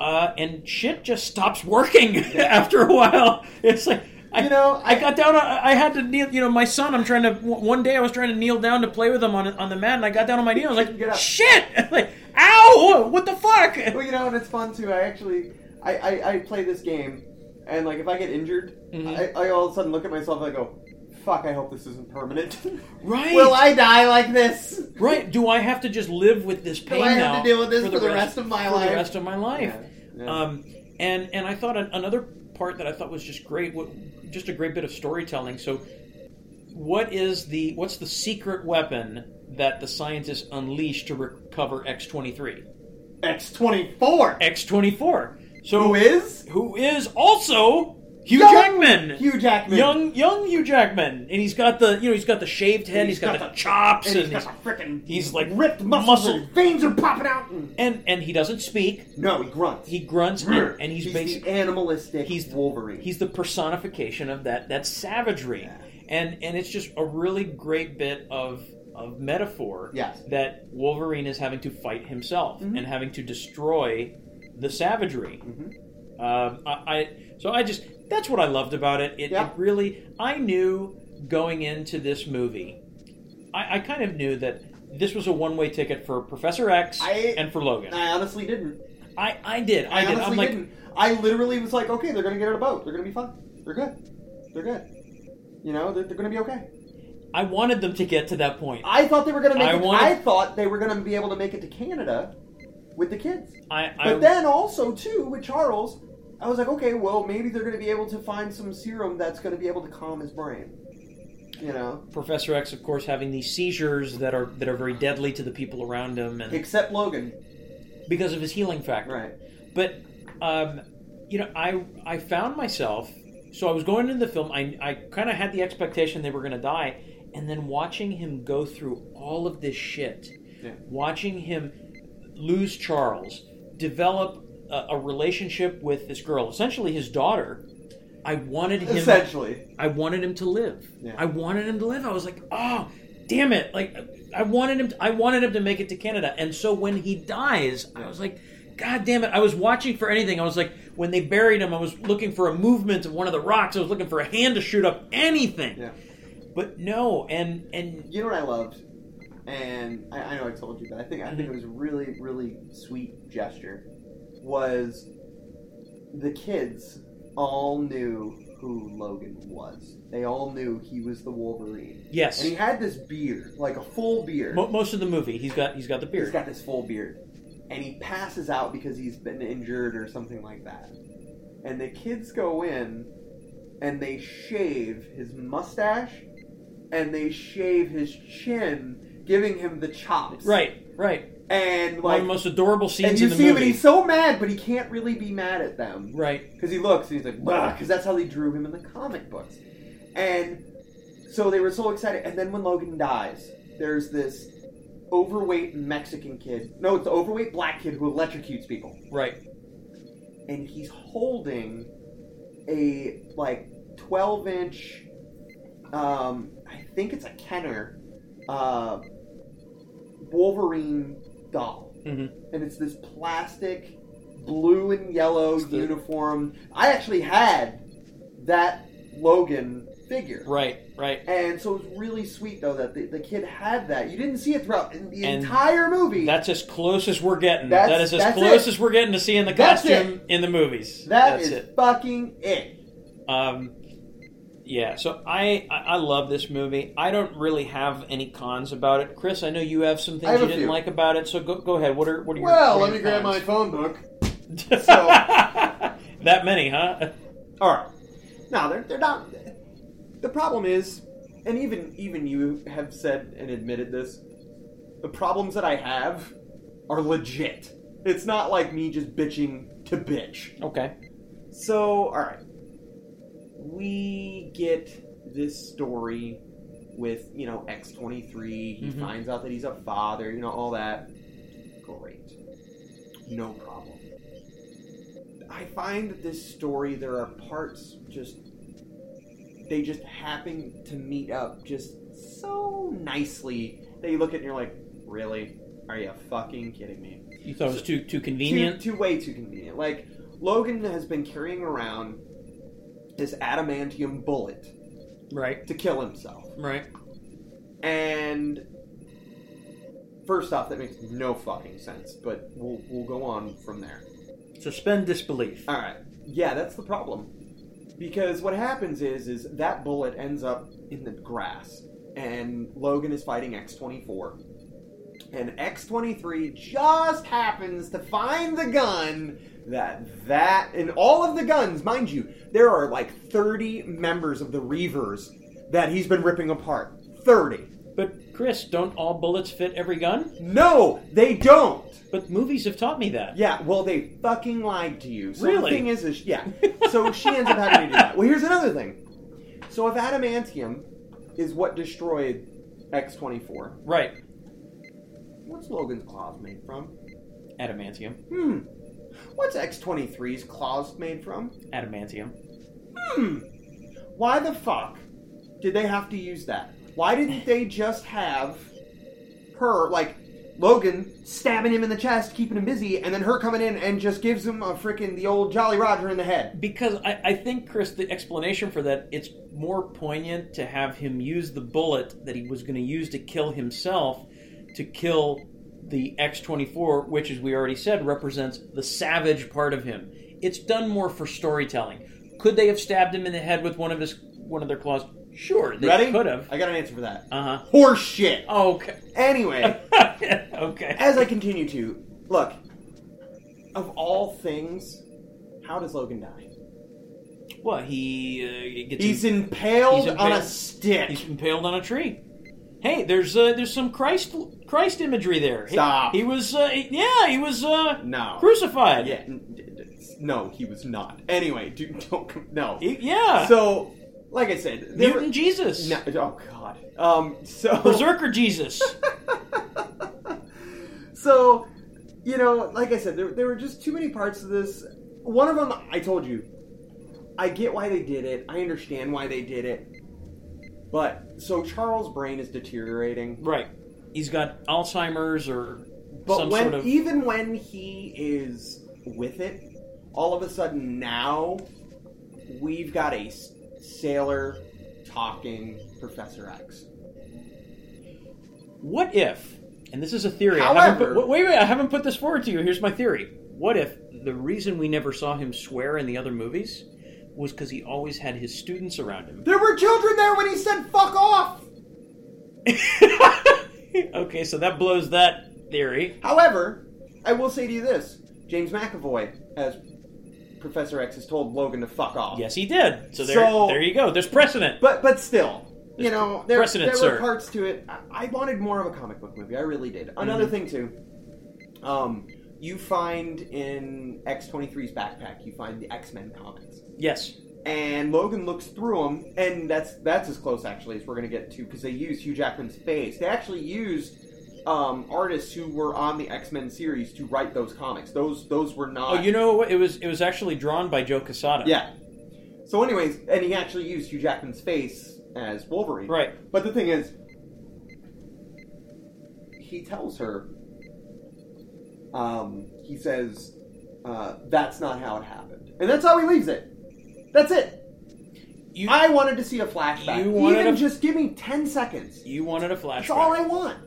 uh, and shit just stops working after a while. It's like. I,
You know,
I got down. on- I had to kneel. You know, my son. I'm trying to. One day, I was trying to kneel down to play with him on on the mat, and I got down on my knee. I was like,
Get up.
shit! like, ow! What the fuck?
Well, you know, and it's fun too. I actually, I, I, I play this game, and like if I get injured,
Mm-hmm.
I, I all of a sudden look at myself and I go, "Fuck! I hope this isn't permanent."
Right.
Will I die like this?
Right? Do I have to just live with this pain
I have
now
to deal with this for the rest of my
for
life?
The rest of my life.
Yeah, yeah.
Um, and and I thought an, another part that I thought was just great, wa- just a great bit of storytelling. So, what is the what's the secret weapon that the scientists unleash to recover X twenty three?
X twenty four.
X twenty four. So
Who is
who is also Hugh
Young
Jackman.
Hugh Jackman?
Young, young Hugh Jackman, and he's got the you know he's got the shaved head,
And
he's got, the, chops,
and
and,
he's
he's,
got the frickin'
he's like
ripped muscles.
muscle,
and veins are popping out. And...
and and he doesn't speak.
No, he grunts.
He grunts, and, and he's,
he's
basically
the animalistic.
he's
Wolverine.
He's the personification of that that savagery, and and it's just a really great bit of of metaphor
Yes. Mm-hmm.
that Wolverine is having to fight himself and having to destroy the savagery.
Mm-hmm.
Um, I, I so I just that's what I loved about it. It,
Yeah.
it really I knew going into this movie, I, I kind of knew that. This was a one-way ticket for Professor X
I-
and for Logan. I,
I honestly didn't.
I, did. I,
I,
did. I'm
honestly
like,
didn't. I literally was like, okay, they're gonna get on a boat. They're gonna be fine. They're good. They're good. You know, they're, they're gonna be okay.
I wanted them to get to that point.
I thought they were gonna make.
I
it,
wanted-
I thought they were gonna be able to make it to Canada with the kids.
I, I,
But then also too with Charles, I was like, okay, well maybe they're going to be able to find some serum that's going to be able to calm his brain. You know,
Professor X, of course, having these seizures that are that are very deadly to the people around him, and
except Logan,
because of his healing factor.
right?
But, um, you know, I I found myself. So I was going into the film. I I kind of had the expectation they were going to die, and then watching him go through all of this shit,
Yeah.
watching him lose Charles, develop a, a relationship with this girl, essentially his daughter. I wanted him.
Essentially,
I wanted him to live.
Yeah.
I wanted him to live. I was like, oh, damn it! Like, I wanted him. To, I wanted him to make it to Canada. And so when he dies, I was like, god damn it! I was watching for anything. I was like, when they buried him, I was looking for a movement of one of the rocks. I was looking for a hand to shoot up anything.
yeah.
But no, and and
You know what I loved? and I, I know I told you, but I think I
Mm-hmm.
think it was a really really sweet gesture. Was the kids all knew who Logan was? They all knew he was the Wolverine,
Yes.
and he had this beard, like a full beard.
Mo- most of the movie, he's got he's got the
He's
beard.
got this full beard, and he passes out because he's been injured or something like that. And the kids go in, and they shave his mustache, and they shave his chin, giving him the chops.
right, right. One
And
of
like,
the most adorable
and
scenes
you
in the
see him, and
movie.
he's so mad, but he can't really be mad at them.
right.
Because he looks and he's like, because that's how they drew him in the comic books. And so they were so excited. And then when Logan dies, there's this overweight Mexican kid. No, it's the overweight black kid who electrocutes people.
Right.
And he's holding a, like, 12 inch, um, I think it's a Kenner, uh, Wolverine doll
hmm
and it's this plastic blue and yellow
the-
uniform. I actually had that Logan figure.
Right. Right.
And so it was really sweet though that the, the kid had that. You didn't see it throughout in the
And
entire movie.
That's as close as we're getting.
That's-
That is as
that's
close
it.
as we're getting to seeing the
That's
costume in the movies.
That
that's
is
it.
fucking it.
Um, yeah, so I, I I love this movie. I don't really have any cons about it. Chris, I know you have some
I
things
have
you
a
didn't
few.
like about it. So go, go ahead. What are what are your
Well,
what
let
are
me
your
grab my phone book.
cons? that many, huh?
All right. No, they're they're not. The problem is, and even even you have said and admitted this. The problems that I have are legit. It's not like me just bitching to bitch.
Okay.
So, all right. We get this story with, you know, X23. He
Mhm.
finds out that he's a father, you know, all that. Great. No problem. I find that this story, there are parts just. They just happen to meet up just so nicely that you look at it and you're like, really? Are you fucking kidding me?
You thought it was too too convenient.
Too, too way too convenient. Like Logan has been carrying around this adamantium bullet
Right.
to kill himself,
Right.
and first off, that makes no fucking sense. But we'll we'll go on from there.
Suspend disbelief.
All right. Yeah, that's the problem. Because what happens is is that bullet ends up in the grass and Logan is fighting X24. And X23 just happens to find the gun that that and all of the guns, mind you, there are like 30 members of the Reavers that he's been ripping apart. 30.
But Chris, don't all bullets fit every gun?
No, they don't.
But movies have taught me that.
Yeah, well, they fucking lied to you. So
Really?
The thing is, is yeah. So she ends up having to do that. Well, here's another thing. So if adamantium is what destroyed X24,
Right.
what's Logan's claws made from?
Adamantium.
Hmm. What's X23's claws made from?
Adamantium.
Hmm. Why the fuck did they have to use that? Why didn't they just have her, like, Logan stabbing him in the chest, keeping him busy, and then her coming in and just gives him a freaking the old Jolly Roger in the head?
Because I, I think, Chris, the explanation for that, it's more poignant to have him use the bullet that he was going to use to kill himself to kill the X24, which, as we already said, represents the savage part of him. It's done more for storytelling. Could they have stabbed him in the head with one of his one of their claws? Sure, they
Ready?
could have.
I got an answer for that.
Uh huh.
Horse shit.
Okay.
Anyway,
okay.
as I continue to look, of all things, how does Logan die?
What he uh, he gets?
He's
in-
impaled,
he's
on a
impaled-
stick.
He's impaled on a tree. Hey, there's uh, there's some Christ Christ imagery there. He-
Stop.
He, was uh, he- yeah, he was uh,
No.
crucified.
Yeah. n- d- d- No, he was not. Anyway, dude, don't come- no.
He- yeah.
So, like I said, there
Mutant Jesus,
were- No, oh god. Um. So
Berserker Jesus.
So, you know, like I said, there, there were just too many parts of this. One of them, I told you, I get why they did it. I understand why they did it. But, so Charles' brain is deteriorating.
right. He's got Alzheimer's or
But
some
when,
sort of
even when he is with it, all of a sudden now we've got a s- sailor talking Professor X.
What if, and this is a theory. I haven't
However-
put, wait, wait, I haven't put this forward to you. Here's my theory. What if the reason we never saw him swear in the other movies was because he always had his students around him?
There were children there when he said "fuck off."
okay, so that blows that theory.
However, I will say to you this: James McAvoy, as Professor X, has told Logan to fuck off.
Yes, he did. So there,
So-
there you go. There's precedent.
But but still, you know, there,
Precedent,
there
sir.
were parts to it. I, I wanted more of a comic book movie. I really did. Another
Mm-hmm.
thing too, um, you find in X 23s backpack, you find the X Men comics,
yes.
and Logan looks through them, and that's that's as close actually as we're gonna get to because they use Hugh Jackman's face. They actually used. Um, artists who were on the X Men series to write those comics. Those those were not.
Oh, you know what? It was it was actually drawn by Joe Quesada.
Yeah. So, anyways, and he actually used Hugh Jackman's face as Wolverine.
Right.
But the thing is, he tells her, um, he says, uh, that's not how it happened. And that's how he leaves it. That's it.
You
I wanted to see a flashback.
You wanted
Even
a-
just give me 10 seconds.
you wanted a flashback.
That's all I want.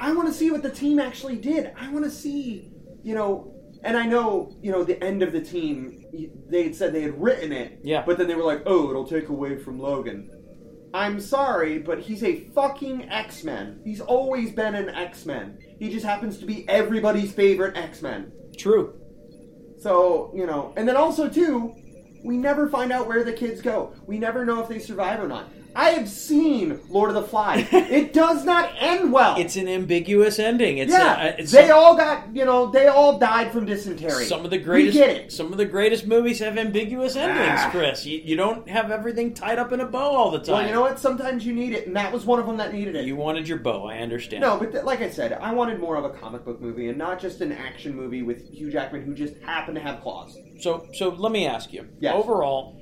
I want to see what the team actually did. I want to see, you know, and I know, you know, the end of the team, y- they had said they had written it.
Yeah.
But then they were like, oh, it'll take away from Logan. I'm sorry, but he's a fucking X Men. He's always been an X Men. He just happens to be everybody's favorite X Men.
True.
So, you know, and then also, too, we never find out where the kids go. We never know if they survive or not. I have seen Lord of the Flies. it does not end well.
It's an ambiguous ending. It's
yeah,
a- uh, it's
they
some-
all got you know they all died from dysentery.
Some of the greatest,
We get it.
some of the greatest movies have ambiguous endings,
Ah.
Chris. You, you don't have everything tied up in a bow all the time.
Well, you know what? Sometimes you need it, and that was one of them that needed it.
You wanted your bow. I understand.
no, but th- like I said, I wanted more of a comic book movie and not just an action movie with Hugh Jackman who just happened to have claws.
So, so let me ask you.
Yes.
Overall,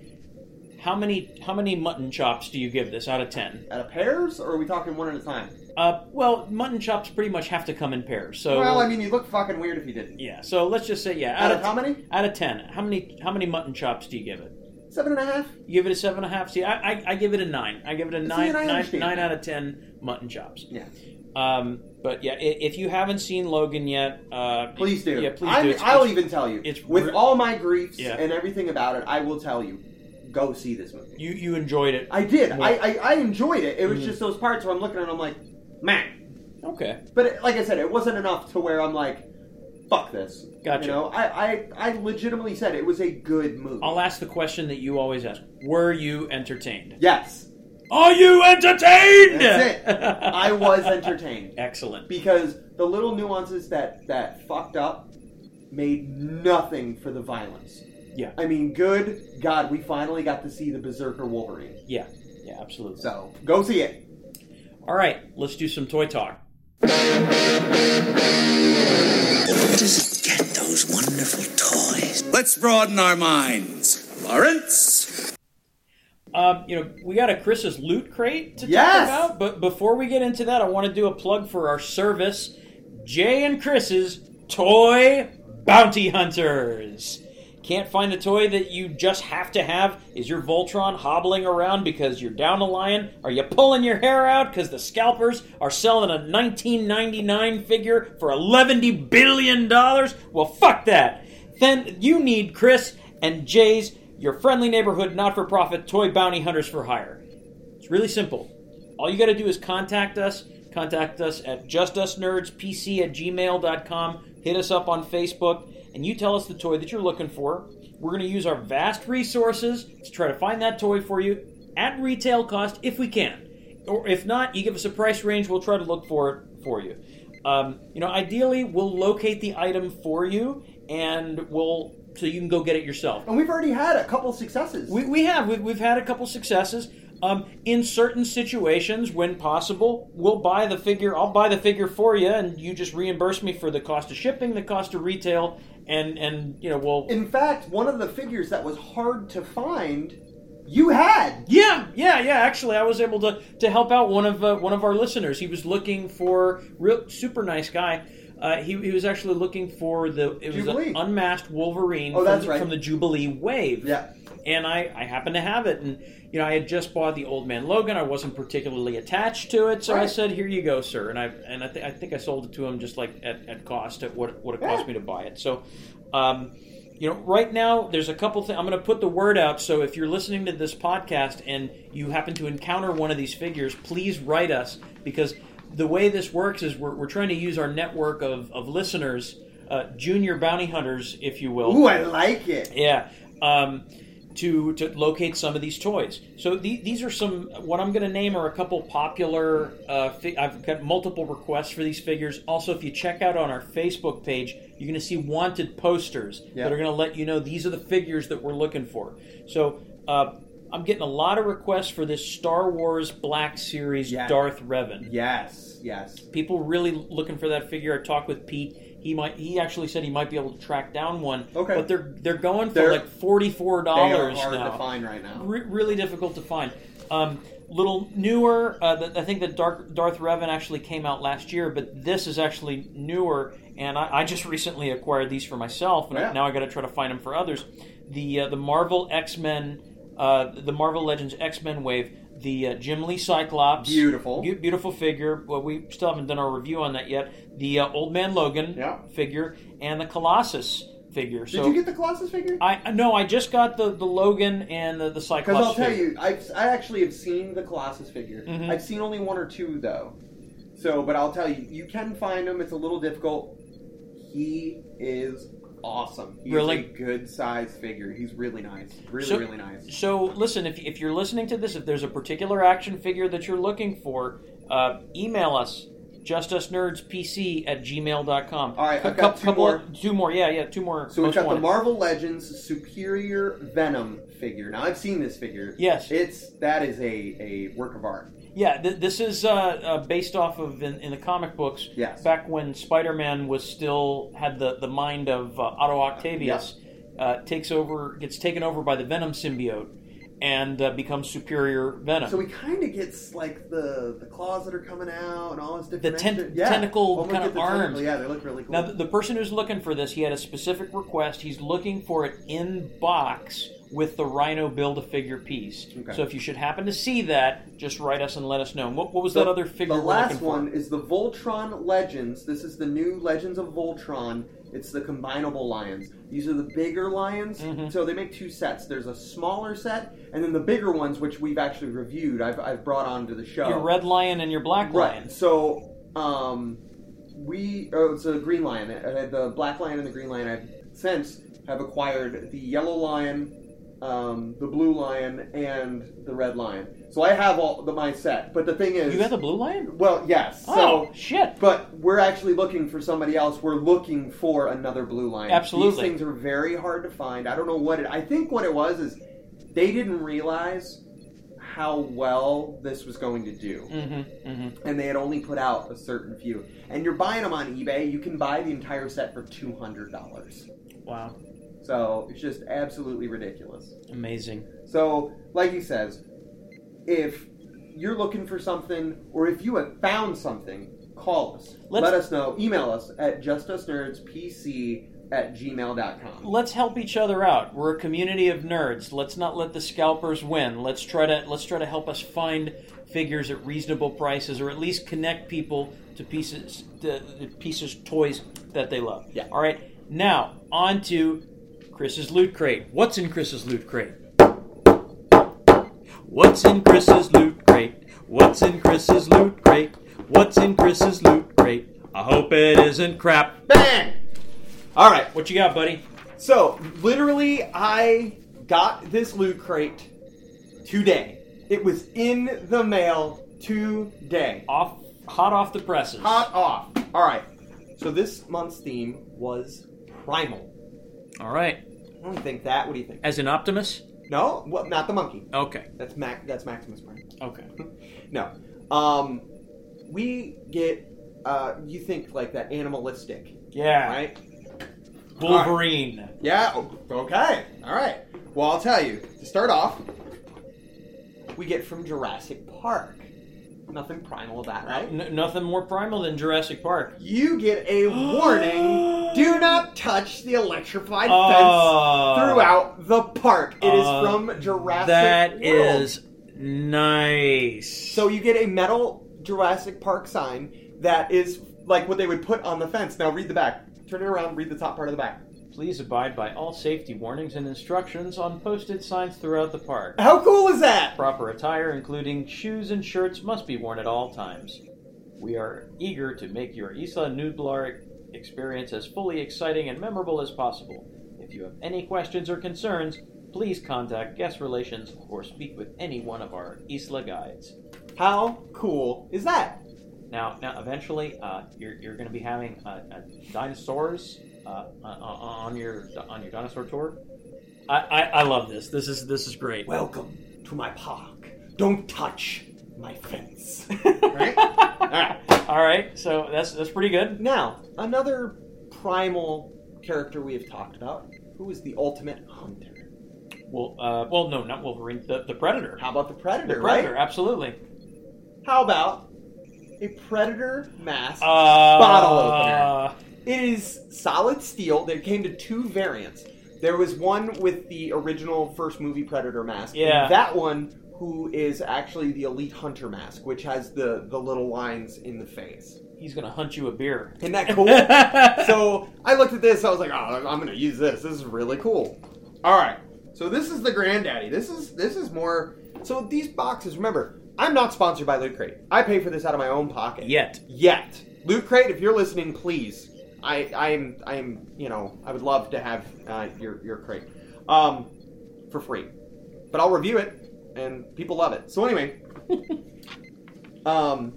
how many how many mutton chops do you give this out of ten?
Out of pairs, or are we talking one at a time?
Uh, well, mutton chops pretty much have to come in pairs. So,
Well, I mean, you look fucking weird if you didn't.
yeah. So let's just say, yeah,
Out of how many?
Out of ten. How many how many mutton chops do you give it?
Seven and a half.
You give it a seven and a half. See, I, I, I give it a nine. I give it a nine,
and I
nine,
understand
nine
that.
out of ten mutton chops.
Yeah.
Um, but yeah, i- if you haven't seen Logan yet, uh,
Please do.
Yeah, please
I'm-
do. It's-
I'll
it's-
even tell you.
it's
with
re-
all my griefs
Yeah.
and everything about it, I will tell you. Go see this movie.
you Mm-hmm. you enjoyed it.
I did. I, I I enjoyed it. It was just those parts where I'm looking at. it, I'm like, man.
okay.
But it, like I said, it wasn't enough to where I'm like, fuck this.
Gotcha.
You know, I I, I legitimately said it was a good movie.
I'll ask the question that you always ask: Were you entertained?
yes,
Are you entertained?
that's it. I was entertained
Excellent.
because the little nuances that that fucked up made nothing for the violence.
Yeah.
I mean, good God, we finally got to see the Berserker Wolverine.
Yeah. Yeah. Absolutely.
So go see it.
All right. Let's do some toy talk.
Just get those wonderful toys. Let's broaden our minds. Lawrence?
Um, you know, we got a Chris's loot crate to
Yes!
talk about, but before we get into that, I want to do a plug for our service, Jay and Chris's Toy Bounty Hunters. Can't find a toy that you just have to have? Is your Voltron hobbling around because you're down a lion? Are you pulling your hair out because the scalpers are selling a 1999 figure for 11 billion dollars? Well, fuck that. Then you need Chris and Jay's your friendly neighborhood not-for-profit toy bounty hunters for hire. It's really simple. All you got to do is contact us. Contact us at justusnerdspc at gmail.com. Hit us up on Facebook, and you tell us the toy that you're looking for. We're going to use our vast resources to try to find that toy for you at retail cost if we can. Or if not, you give us a price range, we'll try to look for it for you. Um, you know, ideally, we'll locate the item for you, and we'll so you can go get it yourself.
And we've already had a couple successes.
We, we have. We've, we've had a couple successes. Um, in certain situations, when possible, we'll buy the figure. I'll buy the figure for you, and you just reimburse me for the cost of shipping, the cost of retail, and and you know we'll.
In fact, one of the figures that was hard to find, you had.
yeah, yeah, yeah. Actually, I was able to to help out one of uh, one of our listeners. He was looking for real super nice guy. Uh, he, he was actually looking for the it was
Jubilee.
an unmasked Wolverine
Oh,
from,
that's
the-
right.
from the Jubilee wave.
Yeah.
and I, I happened to have it. And, you know, I had just bought the Old Man Logan. I wasn't particularly attached to it. So I said, here you go, sir. And I and I, th- I think I sold it to him just like at, at cost, at what, what it cost me to buy it. So, um, you know, right now, there's a couple things. I'm going to put the word out. So if you're listening to this podcast and you happen to encounter one of these figures, please write us because the way this works is we're, we're trying to use our network of, of listeners, uh, junior bounty hunters, if you will.
Ooh, I like it.
Yeah. Um, to, to locate some of these toys. So the, these are some, what I'm going to name are a couple popular, uh, fi- I've got multiple requests for these figures. Also, if you check out on our Facebook page, you're going to see wanted posters
Yeah.
that are going to let you know these are the figures that we're looking for. So uh, I'm getting a lot of requests for this Star Wars Black Series
Yeah.
Darth Revan
Yes, yes.
people really looking for that figure. I talked with Pete. He might. He actually said he might be able to track down one.
Okay.
But they're they're going for
They're-
like forty four
They are
dollars
hard
now.
to find right now.
Re- really difficult to find. Um, little newer. Uh, the, I think the Dark Darth Revan actually came out last year, but this is actually newer. And I, I just recently acquired these for myself, and
Oh, Yeah.
now I got to try to find them for others. The uh, the Marvel X Men, uh, the Marvel Legends X Men wave. The uh, Jim Lee Cyclops,
Beautiful.
Be- beautiful figure. Well, we still haven't done our review on that yet. The uh, Old Man Logan
Yeah.
figure and the Colossus figure.
Did
so
you get the Colossus figure?
I no, I just got the, the Logan and the, the Cyclops.
Because I'll tell
figure.
you, I've, I actually have seen the Colossus figure.
Mhm.
I've seen only one or two though. So, but I'll tell you, you can find him. It's a little difficult. He is awesome. He's
Really?
a good size figure. He's really nice. Really,
So-
really nice.
So listen, if, if you're listening to this, if there's a particular action figure that you're looking for, uh, email us justusnerdspc at gmail.com.
All right,
A
I've got
cou-
two
couple-
more.
Two more, yeah, yeah, two more.
So we've
most
got the
wanted.
Marvel Legends Superior Venom figure. Now I've seen this figure.
Yes.
it's that is a, a work of art.
Yeah, th- this is uh, uh, based off of in, in the comic books.
Yes.
Back when Spider-Man was still had the, the mind of uh, Otto Octavius, uh, takes over, gets taken over by the Venom symbiote, and uh, becomes Superior Venom.
So he kind of gets like the the claws that are coming out and all this different
The ten-
extra-
tentacle
Oh, look
kinda
at the tentacle.
arms.
Yeah, they look really cool.
Now, the, the person who's looking for this, he had a specific request. He's looking for it in box with the Rhino build a figure piece.
Okay.
So if you should happen to see that, just write us and let us know. And What, what was that other figure?
The
we're
last
looking for?
one is the Voltron Legends. This is the new Legends of Voltron. It's the combinable lions. These are the bigger lions.
Mm-hmm.
So they make two sets. There's a smaller set, and then the bigger ones, which we've actually reviewed. I've, I've brought onto the show.
Your Red Lion and your Black Lion.
uh, Right. So, um, we oh, it's a green lion. Uh, the black lion and the green lion. I've since have acquired the yellow lion, um, the blue lion, and the red lion. So I have all the my set. But the thing is,
You have the Blue Lion?
well, yes.
oh,
So,
shit.
but we're actually looking for somebody else. We're looking for another blue lion.
Absolutely.
These things are very hard to find. I don't know what it. I think what it was is they didn't realize how well this was going to do
Mm-hmm, mm-hmm.
and they had only put out a certain few. And you're buying them on eBay, you can buy the entire set for two hundred dollars.
Wow.
So it's just absolutely ridiculous.
Amazing.
So, like he says, if you're looking for something, or if you have found something, call us.
Let's-
Let us know. Email us at justusnerdspc at gmail.com.
Let's help each other out. We're a community of nerds. Let's not let the scalpers win. Let's try to let's try to help us find figures at reasonable prices, or at least connect people to pieces to, to pieces toys that they love.
Yeah.
All right. Now on to Chris's loot crate. What's in Chris's loot crate? What's in Chris's loot crate? What's in Chris's loot crate? What's in Chris's loot crate? I hope it isn't crap.
Bang! All right.
What you got, buddy?
So, literally, I got this loot crate today. It was in the mail today.
off hot off the presses.
Hot off. All right. So, this month's theme was primal.
All right.
I don't think that. What do you think?
As an Optimus?
No? Well, not the monkey.
Okay.
That's Mac. That's Maximus Prime.
Okay.
No. Um, we get. Uh, you think like that animalistic,
Yeah.
right?
Wolverine.
Yeah. o- Okay. All right. Well, I'll tell you. To start off, we get from Jurassic Park. Nothing primal about that, right?
N- nothing more primal than Jurassic Park.
You get a warning Do not touch the electrified
Oh.
fence throughout the park. It is
Oh,
from Jurassic
That
World.
is nice.
So you get a metal Jurassic Park sign that is like what they would put on the fence. Now read the back. Turn it around, read the top part of the back.
please abide by all safety warnings and instructions on posted signs throughout the park.
How cool is that?
Proper attire, including shoes and shirts, must be worn at all times. We are eager to make your Isla Nublar experience as fully exciting and memorable as possible. If you have any questions or concerns, please contact guest relations or speak with any one of our Isla guides.
How cool is that?
Now, now, eventually, uh, you're, you're going to be having uh, uh, dinosaurs uh, on- on, on your on your dinosaur tour. I, I, I love this. This is this is great.
Welcome to my park. Don't touch my fence.
All right, so that's that's pretty good.
now, another primal character we have talked about, who is the ultimate hunter.
Well, uh, well, no, not Wolverine. The, the Predator.
How about the predator,
The Predator,
right?
absolutely.
How about a predator mask?
Uh,
Bottle opener. It is solid steel. There came to two variants. There was one with the original first movie Predator mask.
Yeah.
and That one, who is actually the Elite Hunter mask, which has the, the little lines in the face.
He's gonna hunt you a beer.
Isn't that cool? so I looked at this. I was like, oh, I'm going to use this. This is really cool. All right. So this is the granddaddy. This is this is more. So these boxes. Remember, I'm not sponsored by Loot Crate. I pay for this out of my own pocket
Yet.
yet. Loot Crate, if you're listening, please. I I'm I'm you know I would love to have uh, your your crate, um, for free, but I'll review it and people love it. So anyway, um,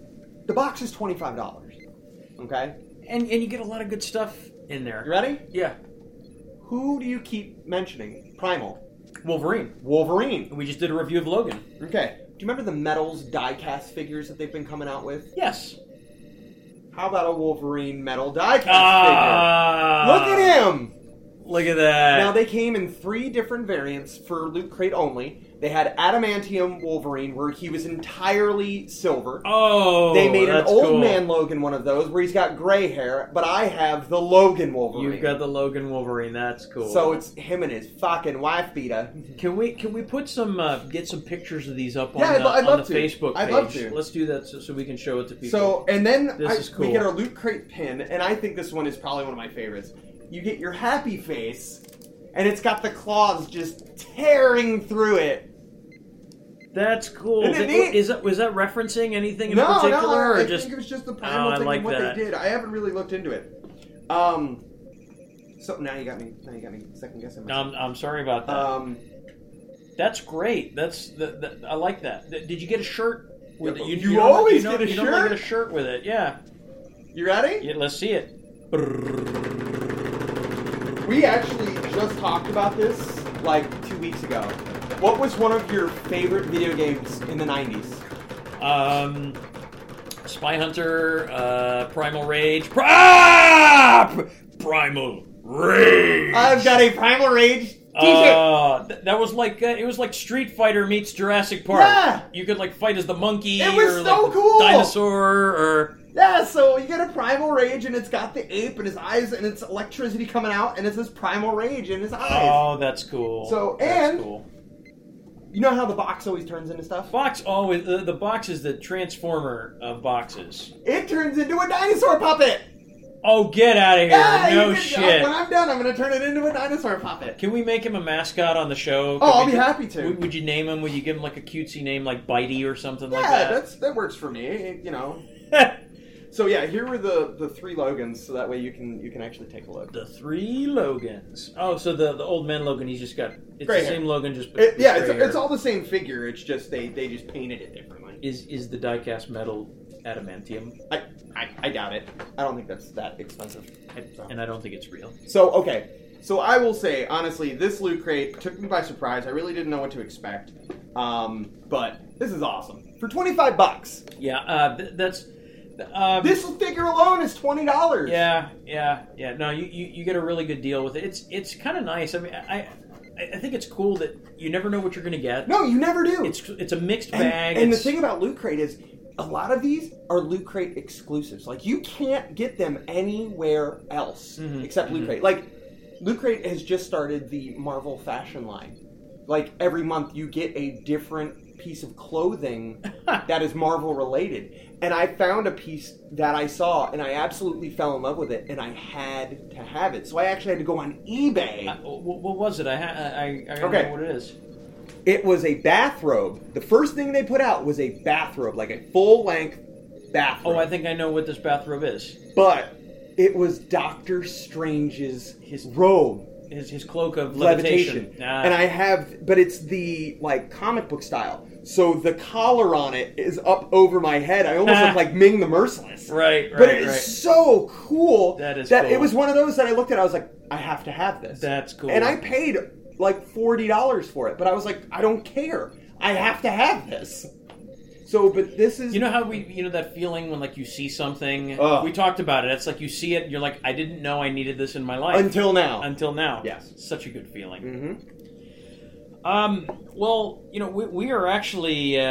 the box is twenty five dollars. Okay,
And and you get a lot of good stuff in
you
there.
ready?
Yeah.
Who do you keep mentioning? Primal,
Wolverine.
Wolverine.
We just did a review of Logan.
Okay. Do you remember the metals die-cast figures that they've been coming out with?
Yes.
How about a Wolverine metal die-cast figure?
Ah.
Look at him!
Look at that.
Now they came in three different variants for Loot Crate only. They had Adamantium Wolverine, where he was entirely silver.
Oh,
they made an
that's
old
cool.
man Logan one of those, where he's got gray hair, but I have the Logan Wolverine.
You've got the Logan Wolverine. That's cool.
so it's him and his fucking wife beater.
can we can we put some uh, get some pictures of these up on
Yeah, I'd
the,
lo- I'd
on
love
the
to.
Facebook page?
I'd love to.
Let's do that so, so we can show it to people.
So and then
This
I-
is cool.
we get our Loot Crate pin, and I think this one is probably one of my favorites. You get your happy face, and it's got the claws just tearing through it.
that's cool.
Isn't it
Did-
neat?
is that was that referencing anything in
no,
particular,
no, I
or just
think it was just the
Oh,
primal
I
thing
like
and what
that.
they did. I haven't really looked into it. Um, so now you got me. Now you got me second guessing.
No, I'm, I'm sorry about that.
Um,
Uh, that's great. That's the, the, I like that. Th- Did you get a shirt? With
Yeah,
it?
but you always
don't,
get a
you don't
shirt?
get a shirt with it. Yeah.
you ready?
yeah. Let's see it.
We actually just talked about this like two weeks ago. What was one of your favorite video games in the '90s?
Um, Spy Hunter, uh, Primal Rage. Pri- ah! P- Primal Rage.
I've got a Primal Rage T-shirt.
Uh, th- that was like uh, it was like Street Fighter meets Jurassic Park.
Yeah.
You could like fight as the monkey.
It was
or,
so
like, the
cool.
Dinosaur or
yeah, so you get a Primal Rage, and it's got the ape and his eyes, and it's electricity coming out, and it says Primal Rage in his eyes.
oh, that's cool.
So,
That's
and-
cool.
you know how the box always turns into stuff?
box always uh, the, the box is the transformer of boxes.
It turns into a dinosaur puppet.
Oh, get out of here!
Yeah,
no
Ah, you can- uh,
shit.
When I'm done, I'm gonna turn it into a dinosaur puppet.
Can we make him a mascot on the show?
Oh,
Could
I'll
we
be
do-
happy to.
Would, would you name him? Would you give him like a cutesy name, like Bitey or something
yeah,
like that?
that's that works for me. You know. so yeah, here were the the three Logans, so that way you can you can actually take a look.
the three Logans. Oh, so the, the old man Logan, he's just got it's
Gray
the
hair.
same Logan, just but
It,
with
yeah,
gray
it's,
hair.
it's all the same figure. It's just they they just painted it differently.
Is is the diecast metal adamantium,
I I, I doubt it. I don't think that's that expensive. So.
and I don't think it's real.
So okay, so I will say honestly, this loot crate took me by surprise. I really didn't know what to expect. Um, but this is awesome for twenty five bucks.
Yeah, uh, th- that's. Um,
This figure alone is twenty dollars.
Yeah, yeah, yeah. No, you, you, you get a really good deal with it. It's it's kind of nice. I mean, I I- I think it's cool that you never know what you're going to get.
No, you never do.
It's it's a mixed
and,
bag.
and the
It's-
thing about Loot Crate is, a lot of these are Loot Crate exclusives. Like you can't get them anywhere else except Loot Crate. Like Loot Crate has just started the Marvel fashion line. Like every month you get a different piece of clothing that is Marvel related. And I found a piece that I saw and I absolutely fell in love with it and I had to have it. So I actually had to go on eBay.
Uh, wh- wh- what was it? I ha- I, I, I don't
Okay.
know what it is.
It was a bathrobe. The first thing they put out was a bathrobe, like a full length bathrobe.
Oh, I think I know what this bathrobe is.
But it was Doctor Strange's
His-
his robe
His his cloak of
levitation,
levitation. Ah.
and I have, but it's the like comic book style. So the collar on it is up over my head. I almost look like Ming the Merciless.
Ah. Right,
But
right,
it is
right.
so cool
That is
that
cool.
it was one of those that I looked at. I was like, I have to have this.
That's cool.
And I paid like forty dollars for it, but I was like, I don't care. I have to have this. So, but this is
You know how we, you know that feeling when like you see something.
Ugh.
We talked about it. It's like you see it, and you're like, I didn't know I needed this in my life
until now.
Until now.
Yes.
Such a good feeling.
hmm
Um, well, you know, we, we are actually uh,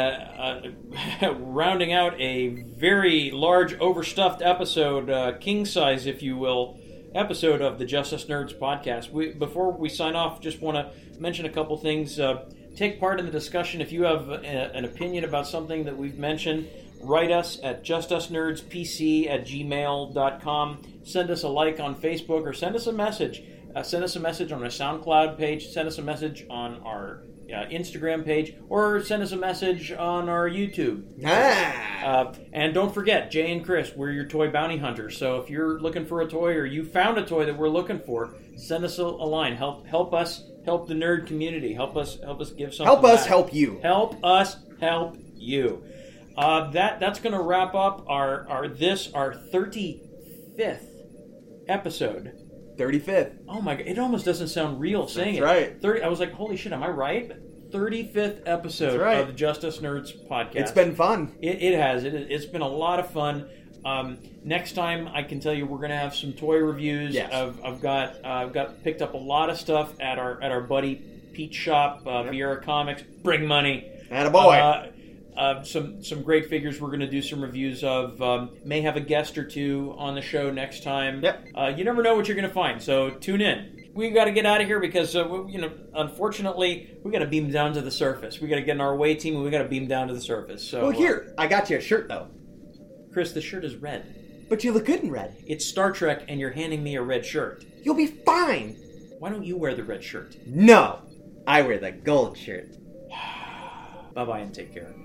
uh, rounding out a very large, overstuffed episode, uh, king size, if you will, episode of the Justice Nerds podcast. We, before we sign off, just want to mention a couple things. Uh, take part in the discussion. If you have a, an opinion about something that we've mentioned, write us at justusnerdspc at gmail.com. Send us a like on Facebook or send us a message uh, send us a message on our SoundCloud page, send us a message on our uh, Instagram page, or send us a message on our YouTube.
Ah.
Uh, and don't forget, Jay and Chris, we're your toy bounty hunters. So if you're looking for a toy or you found a toy that we're looking for, send us a, a line. Help help us help the nerd community. Help us help us give something.
help us
back.
help you.
Help us help you. Uh, that that's going to wrap up our our this our thirty fifth episode.
Thirty fifth.
Oh my god, it almost doesn't sound real saying
That's
it.
right.
Thirty. I was like, holy shit, am I right? Thirty fifth episode
That's right.
of the Justice Nerds podcast.
It's been fun.
It, it has. It, it's been a lot of fun. Um, next time, I can tell you we're going to have some toy reviews.
Yes.
I've, I've got uh, I've got picked up a lot of stuff at our at our buddy Pete shop, uh, Viera Comics. Bring money.
And a boy.
Uh, uh, some some great figures we're going to do some reviews of. Um, may have a guest or two on the show next time.
Yep.
Uh, you never know what you're going to find, so tune in. We got to get out of here because uh, we, you know, unfortunately, we got to beam down to the surface. We got to get in our way team, and we got to beam down to the surface. So
well,
uh,
here I got you a shirt though,
Chris, the shirt is red.
but you look good in red.
It's Star Trek, and you're handing me a red shirt.
You'll be fine.
Why don't you wear the red shirt?
No, I wear the gold shirt.
Bye bye, and take care.